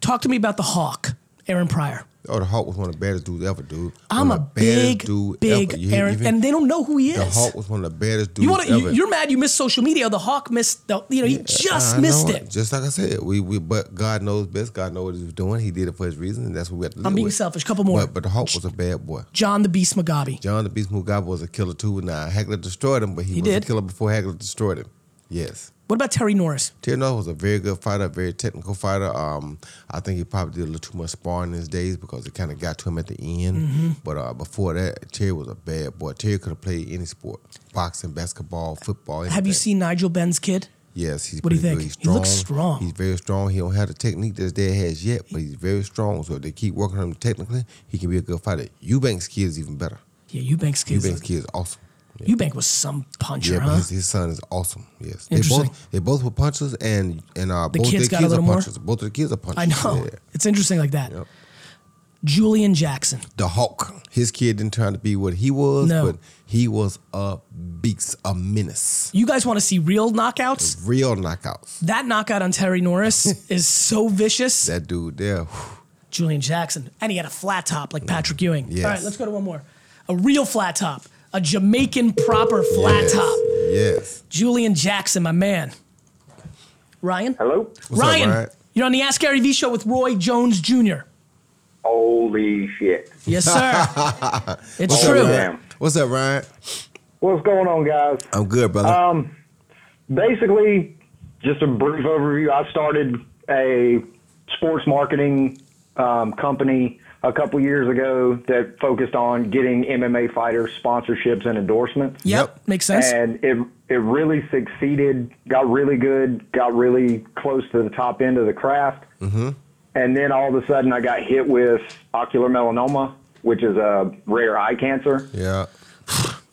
Talk to me about the Hawk, Aaron Pryor.
Oh, the Hawk was one of the baddest dudes ever, dude.
I'm
One
a
of the baddest
big,
dude
big
ever. You hear-
Aaron,
even-
and they don't know who he is.
the Hawk was one of the baddest dudes
you want
ever.
to? You're mad you missed social media. The Hawk missed. The, you know, he just
I
missed
know
it.
Just like I said, we, we but God knows best. God knows what He was doing. He did it for His reason, and that's what we have to.
I'm
live
being
with.
selfish. Couple more.
But, but the Hulk was a bad boy.
John the Beast Mugabe.
John the Beast Mugabe was a killer too. Now Hagler destroyed him, but he,
He
was
did.
a killer before Hagler destroyed him. Yes.
What about Terry Norris?
Terry Norris was a very good fighter, a very technical fighter. Um, I think he probably did a little too much sparring in his days because it kind of got to him at the end.
Mm-hmm.
But uh, before that, Terry was a bad boy. Terry could have played any sport: boxing, basketball, football. Anything.
Have you seen Nigel Ben's kid?
Yes, he's
What do you
pretty
think?
good. He's
He looks strong.
He's very strong. He don't have the technique that Dad has yet, but he's very strong. So if they keep working on him technically, he can be a good fighter. Eubanks kid is even better.
Yeah, Eubanks kid.
Eubanks kid is awesome. Yeah,
Eubank was some puncher,
yeah
huh?
but his, his son is awesome. Yes, they
Interesting.
both they both were punchers, and and uh,
The
both
kid's
their kids
got a
are
little more?
punchers. Both of the kids are punchers.
I know.
Yeah.
It's interesting like that.
Yep.
Julian Jackson.
the Hulk. His kid didn't turn out to be what he was,
No.
but he was a beast, a menace.
You guys want to see real knockouts?
Real knockouts.
That knockout on Terry Norris is so vicious.
That dude there. whew.
Julian Jackson. And he had a flat top like Patrick Ewing.
Yes.
All right, let's go to one more. A real flat top. A Jamaican proper flat
yes.
top.
Yes.
Julian Jackson, my man. Ryan?
Hello?
What's up,
Ryan,
Ryan?
you're on the Ask Gary Vee show with Roy Jones Jr.
Holy shit.
Yes, sir. it's
What's
true.
Up, Ryan? Oh, What's up, Ryan?
What's going on, guys?
I'm good, brother.
Basically, just a brief overview. I started a sports marketing um, company a couple years ago that focused on getting MMA fighters sponsorships and endorsements.
Yep,
Yep.
makes sense.
And it it really succeeded, got really good, got really close to the top end of the craft. Mm-hmm. And then all of a sudden, I got hit with ocular melanoma, which is a rare eye cancer.
yeah.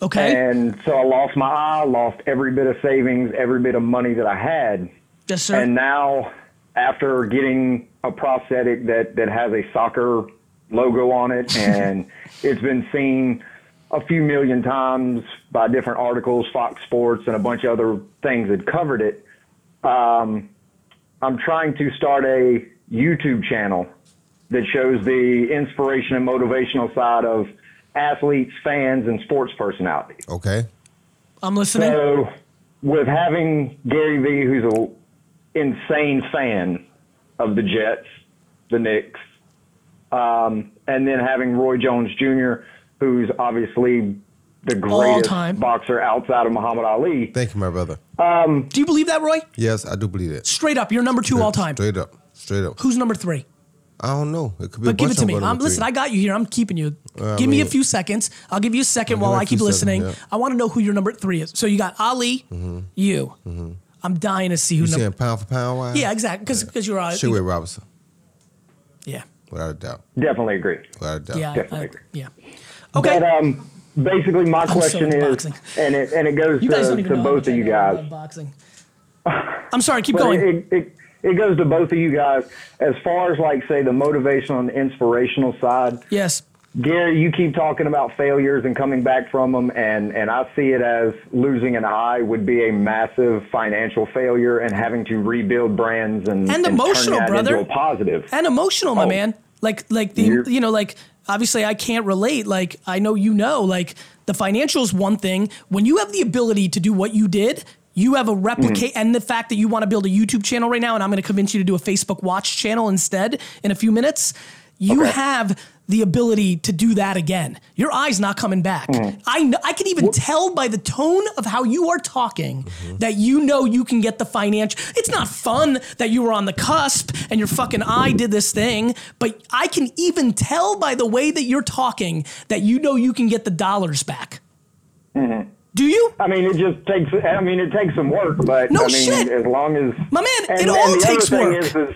okay.
And so I lost my eye, lost every bit of savings, every bit of money that I had.
yes, sir.
And now, after getting a prosthetic that, that has a soccer logo on it, and it's been seen a few million times by different articles, Fox Sports, and a bunch of other things that covered it, um, I'm trying to start a YouTube channel that shows the inspiration and motivational side of athletes, fans, and sports personalities.
Okay.
I'm listening.
So, with having Gary Vee, who's an insane fan of the Jets, the Knicks, um, and then having Roy Jones Jr., who's obviously the greatest
time.
boxer outside of Muhammad Ali,
Thank you, my brother.
Do you believe that, Roy?
Yes, I do believe that.
Straight up, you're number two all time.
Straight up. Straight up.
Who's number three?
I don't know. It could be a
But give
bunch
it to
of
me.
them,
I'm,
but
listen, I got you here. I'm keeping you.
Well, I
give me a
mean-
few seconds. I'll give you a second while
me a
I keep
few
listening.
seconds, yeah. Mm-hmm.
I want to know who your number three is. So you got Ali, you. I'm dying to see who
You
number.
saying pound for pound wise?
Yeah, exactly. Because you're uh,
Should Robinson,
yeah,
without a doubt.
definitely agree.
Without a doubt.
yeah,
Definitely
I-
agree.
yeah. Okay.
But um, basically, my
so
question
into
is,
boxing.
and it and it goes
you guys
to,
don't even
to
know how
both
much
of
I
you
know about
guys.
Boxing. I'm sorry. Keep
But
going.
it, it, it goes to both of you guys as far as like say the motivational and inspirational side.
yes.
Gary, you keep talking about failures and coming back from them, and, and I see it as losing an eye would be a massive financial failure and having to rebuild brands and,
And emotional,
turn that
brother.
into a positive.
and emotional, my
Oh.
man. Like like the
You're-
you know like obviously I can't relate. Like I know you know like the financial is one thing. When you have the ability to do what you did, you have a
Mm-hmm.
replicate and the fact that you want to build a YouTube channel right now and I'm going to convince you to do a Facebook Watch channel instead in a few minutes. You have the ability to do that again. Your eye's not coming back.
Hmm.
I know, I can even tell by the tone of how you are talking
Mm-hmm.
that you know you can get the financial. It's not fun that you were on the cusp and your fucking eye did this thing, but I can even tell by the way that you're talking that you know you can get the dollars back.
Mm-hmm.
Do you?
I mean, it just takes. I mean, it takes some work, but
No
I mean,
shit.
as long as
My man, it all
the
takes
other thing
work.
Is, is,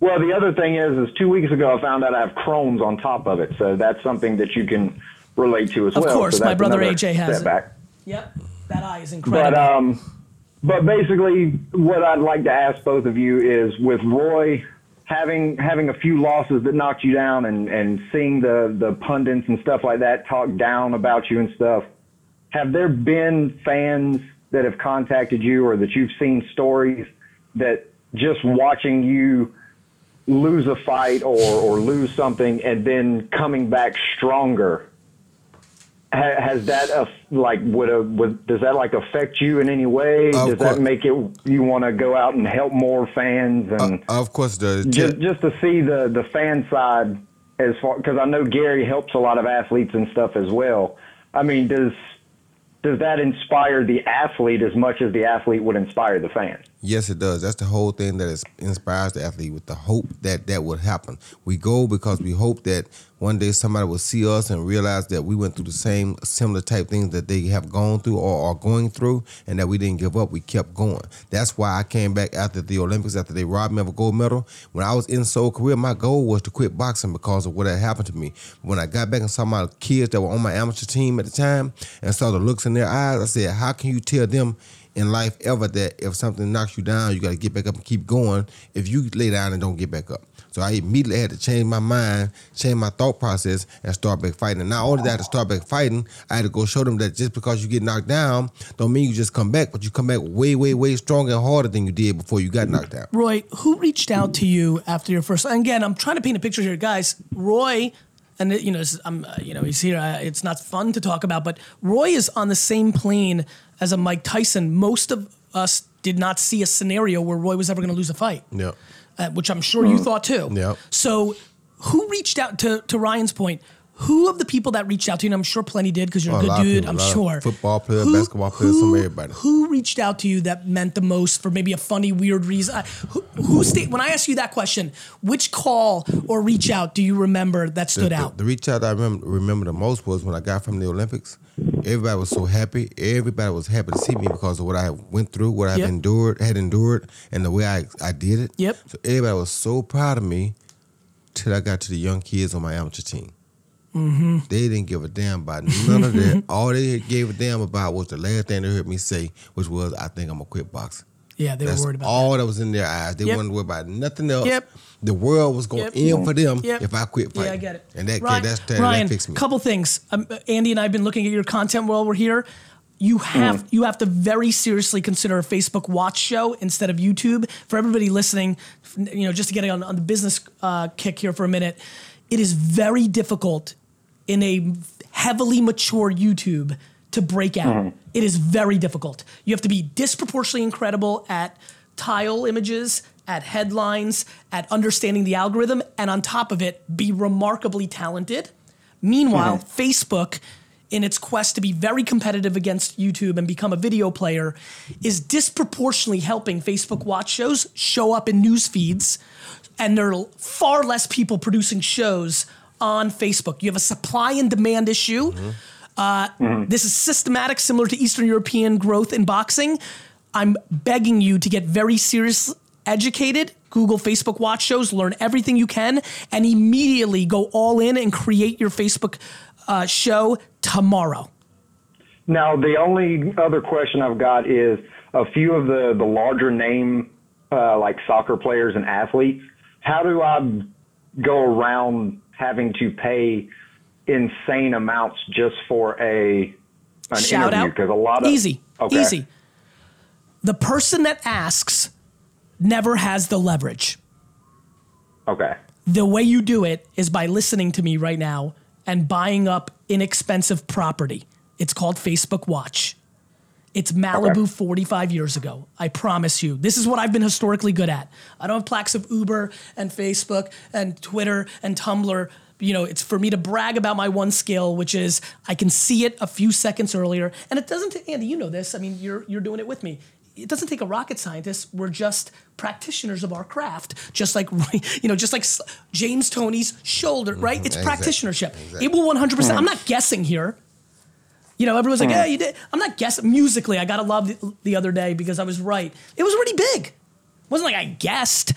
well, the other thing is, is two weeks ago I found out I have Crohn's on top of it, so that's something that you can relate to as
Of
well.
course,
so
my
that's
brother
another
AJ has it.
setback.
Yep. That eye is
But
incredible.
um, but basically, what I'd like to ask both of you is, with Roy having having a few losses that knocked you down, and and seeing the the pundits and stuff like that talk down about you and stuff, have there been fans that have contacted you, or that you've seen stories that just watching you lose a fight or or lose something and then coming back stronger Ha- has that a, like would a would, does that like affect you in any way?
Of
does
course.
that make it you want to go out and help more fans and
Uh, Of course, the
just just to see the the fan side as far because I know Gary helps a lot of athletes and stuff as well. I mean, does does that inspire the athlete as much as the athlete would inspire the fan?
Yes, it does. That's the whole thing that is, inspires the athlete with the hope that that would happen. We go because we hope that one day somebody will see us and realize that we went through the same similar type things that they have gone through or are going through, and that we didn't give up. We kept going. That's why I came back after the Olympics after they robbed me of a gold medal. When I was in Seoul, Korea, my goal was to quit boxing because of what had happened to me. When I got back and saw my kids that were on my amateur team at the time and saw the looks in their eyes, I said, "How can you tell them?" in life ever that if something knocks you down, you got to get back up and keep going. If you lay down and don't get back up, so I immediately had to change my mind, change my thought process, and start back fighting. And not only did I have to start back fighting, I had to go show them that just because you get knocked down, don't mean you just come back, but you come back way, way, way stronger and harder than you did before you got knocked down.
Roy, who reached out to you after your first? And again, I'm trying to paint a picture here, guys. Roy, and you know, this is- I'm, uh, you know, he's here. I, it's not fun to talk about, but Roy is on the same plane as a Mike Tyson. Most of us did not see a scenario where Roy was ever going to lose a fight.
Yeah.
uh, which I'm sure
Hmm.
you thought too.
Yep.
So, who reached out to to Ryan's point? Who of the people that reached out to you? And I'm sure plenty did because you're
Oh,
a
a
good
lot of
dude.
people,
I'm
a lot of
sure.
football player, basketball player, some everybody.
Who reached out to you that meant the most for maybe a funny, weird reason? I, who, who stayed? When I ask you that question, which call or reach out do you remember that stood
the, the-
out?
The, reach out I remember, remember the most was when I got from the Olympics. Everybody was so happy. Everybody was happy to see me because of what I went through, what I've
Yep.
endured, had endured, and the way I, I did it.
Yep.
So everybody was so proud of me till I got to the young kids on my amateur team.
Mm-hmm.
They didn't give a damn about none of that. All they gave a damn about was the last thing they heard me say, which was, "I think I'm gonna quit boxing."
yeah, they were
That's
worried about.
all that. was in their eyes. They
Yep.
weren't worried about nothing else.
Yep.
The world was going
Yep.
to end for them
Yep.
if I quit fighting.
Yeah, I get it.
And that,
Ryan,
that's, that,
Ryan,
that fixed me.
couple things. Um, Andy and I have been looking at your content while we're here. You have you have to very seriously consider a Facebook Watch show instead of YouTube for everybody listening. f- You know, just to get on, on the business uh, kick here for a minute, it is very difficult in a heavily mature YouTube to break out. It is very difficult. You have to be disproportionately incredible at tile images, at headlines, at understanding the algorithm, and on top of it, be remarkably talented. Meanwhile, Facebook, in its quest to be very competitive against YouTube and become a video player, is disproportionately helping Facebook watch shows show up in news feeds, and there are far less people producing shows on Facebook. You have a supply and demand issue. Uh, This is systematic, similar to Eastern European growth in boxing. I'm begging you to get very serious, educated, Google Facebook watch shows, learn everything you can, and immediately go all in and create your Facebook uh, show tomorrow.
Now, the only other question I've got is a few of the, the larger name, uh, like soccer players and athletes. How do I go around having to pay insane amounts just for a an
Shout
interview?
out.
Because a lot of
easy,
okay.
easy. The person that asks never has the leverage.
Okay.
the way you do it is by listening to me right now and buying up inexpensive property. It's called Facebook Watch. It's Malibu 45 years ago. I promise you. This is what I've been historically good at. I don't have plaques of Uber and Facebook and Twitter and Tumblr. You know, it's for me to brag about my one skill, which is I can see it a few seconds earlier. And it doesn't, ta- Andy, you know this. I mean, you're, you're doing it with me. It doesn't take a rocket scientist. We're just practitioners of our craft, just like, you know, just like s- James Tony's shoulder, right? It's
exactly.
practitionership.
Exactly. Hmm.
It will 100%. I'm not guessing here. You know, everyone's like, yeah, you did. I'm not guessing. Musically, I got to love the, the other day because I was right. It was already big. It wasn't like I guessed.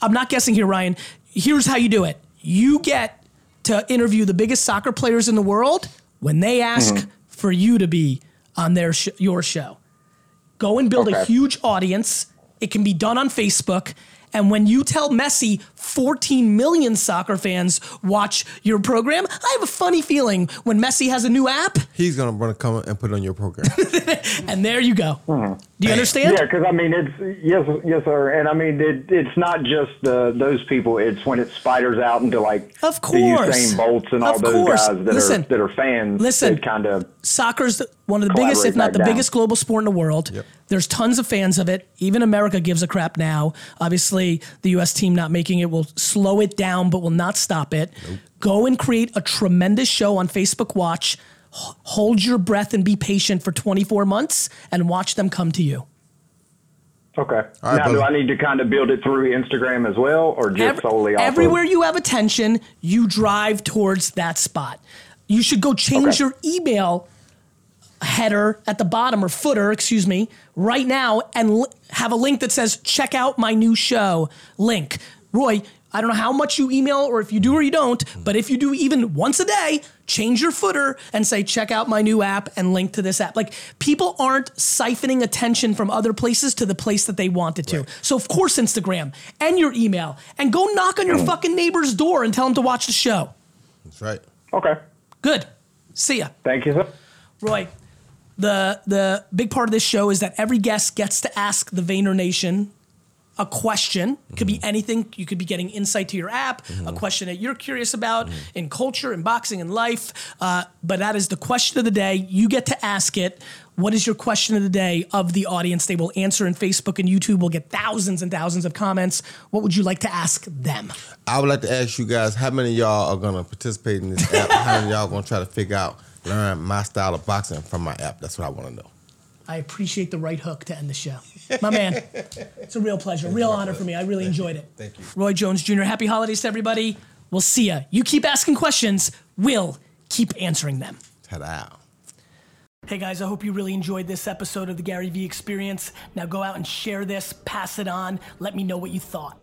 I'm not guessing here, Ryan. Here's how you do it you get to interview the biggest soccer players in the world when they ask
Hmm.
for you to be on their sh- your show. Go and build a
Okay.
huge audience. It can be done on Facebook. And when you tell Messi 14 million soccer fans watch your program, I have a funny feeling when Messi has a new app,
He's going to run a comment and put it on your program.
and there you go. Do you understand?
Hmm. Yeah, because I mean, it's yes, yes, sir. And I mean, it, it's not just the those people. It's when it spiders out into like
Of
the
course.
Usain Bolts and all
Of
those
course.
guys that
Listen.
are that are fans.
Listen.
that kind of
Soccer's the- one of the biggest, if
Collaborate
not
back
the
down.
biggest global sport in the world.
Yep.
There's tons of fans of it. Even America gives a crap now. Obviously, the U.S. team not making it will slow it down, but will not stop it. Go and create a tremendous show on Facebook Watch. h- hold your breath and be patient for 24 months and watch them come to you.
Okay.
All right,
now, do
brother.
I need to kind of build it through Instagram as well, or just
Ev-
solely off of-
everywhere you have attention, you drive towards that spot. You should go change
Okay.
your email header at the bottom or footer, excuse me, right now and l- have a link that says check out my new show link. Roy, I don't know how much you email or if you do or you don't, but if you do even once a day, change your footer and say check out my new app and link to this app. Like people aren't siphoning attention from other places to the place that they want it to. So of course Instagram and your email and go knock on your fucking neighbor's door and tell them to watch the show.
That's right.
Okay.
Good. See ya.
Thank you, sir.
Roy, the the big part of this show is that every guest gets to ask the Vayner Nation a question. It could be anything. You could be getting insight to your app, a question that you're curious about in culture, in boxing, in life. Uh, but that is the question of the day. You get to ask it. What is your question of the day of the audience? They will answer in Facebook and YouTube. We'll get thousands and thousands of comments. What would you like to ask them?
I would like to ask you guys how many of y'all are gonna participate in this app? how many of y'all gonna try to figure out, learn my style of boxing from my app? That's what I wanna know.
I appreciate the right hook to end the show. My man, it's a real pleasure, real honor for me. I really enjoyed it.
Thank you.
Roy Jones Jr., happy holidays to everybody. We'll see ya. You keep asking questions, we'll keep answering them.
Ta-da.
Hey guys, I hope you really enjoyed this episode of the Gary Vee Experience. Now go out and share this, pass it on, let me know what you thought.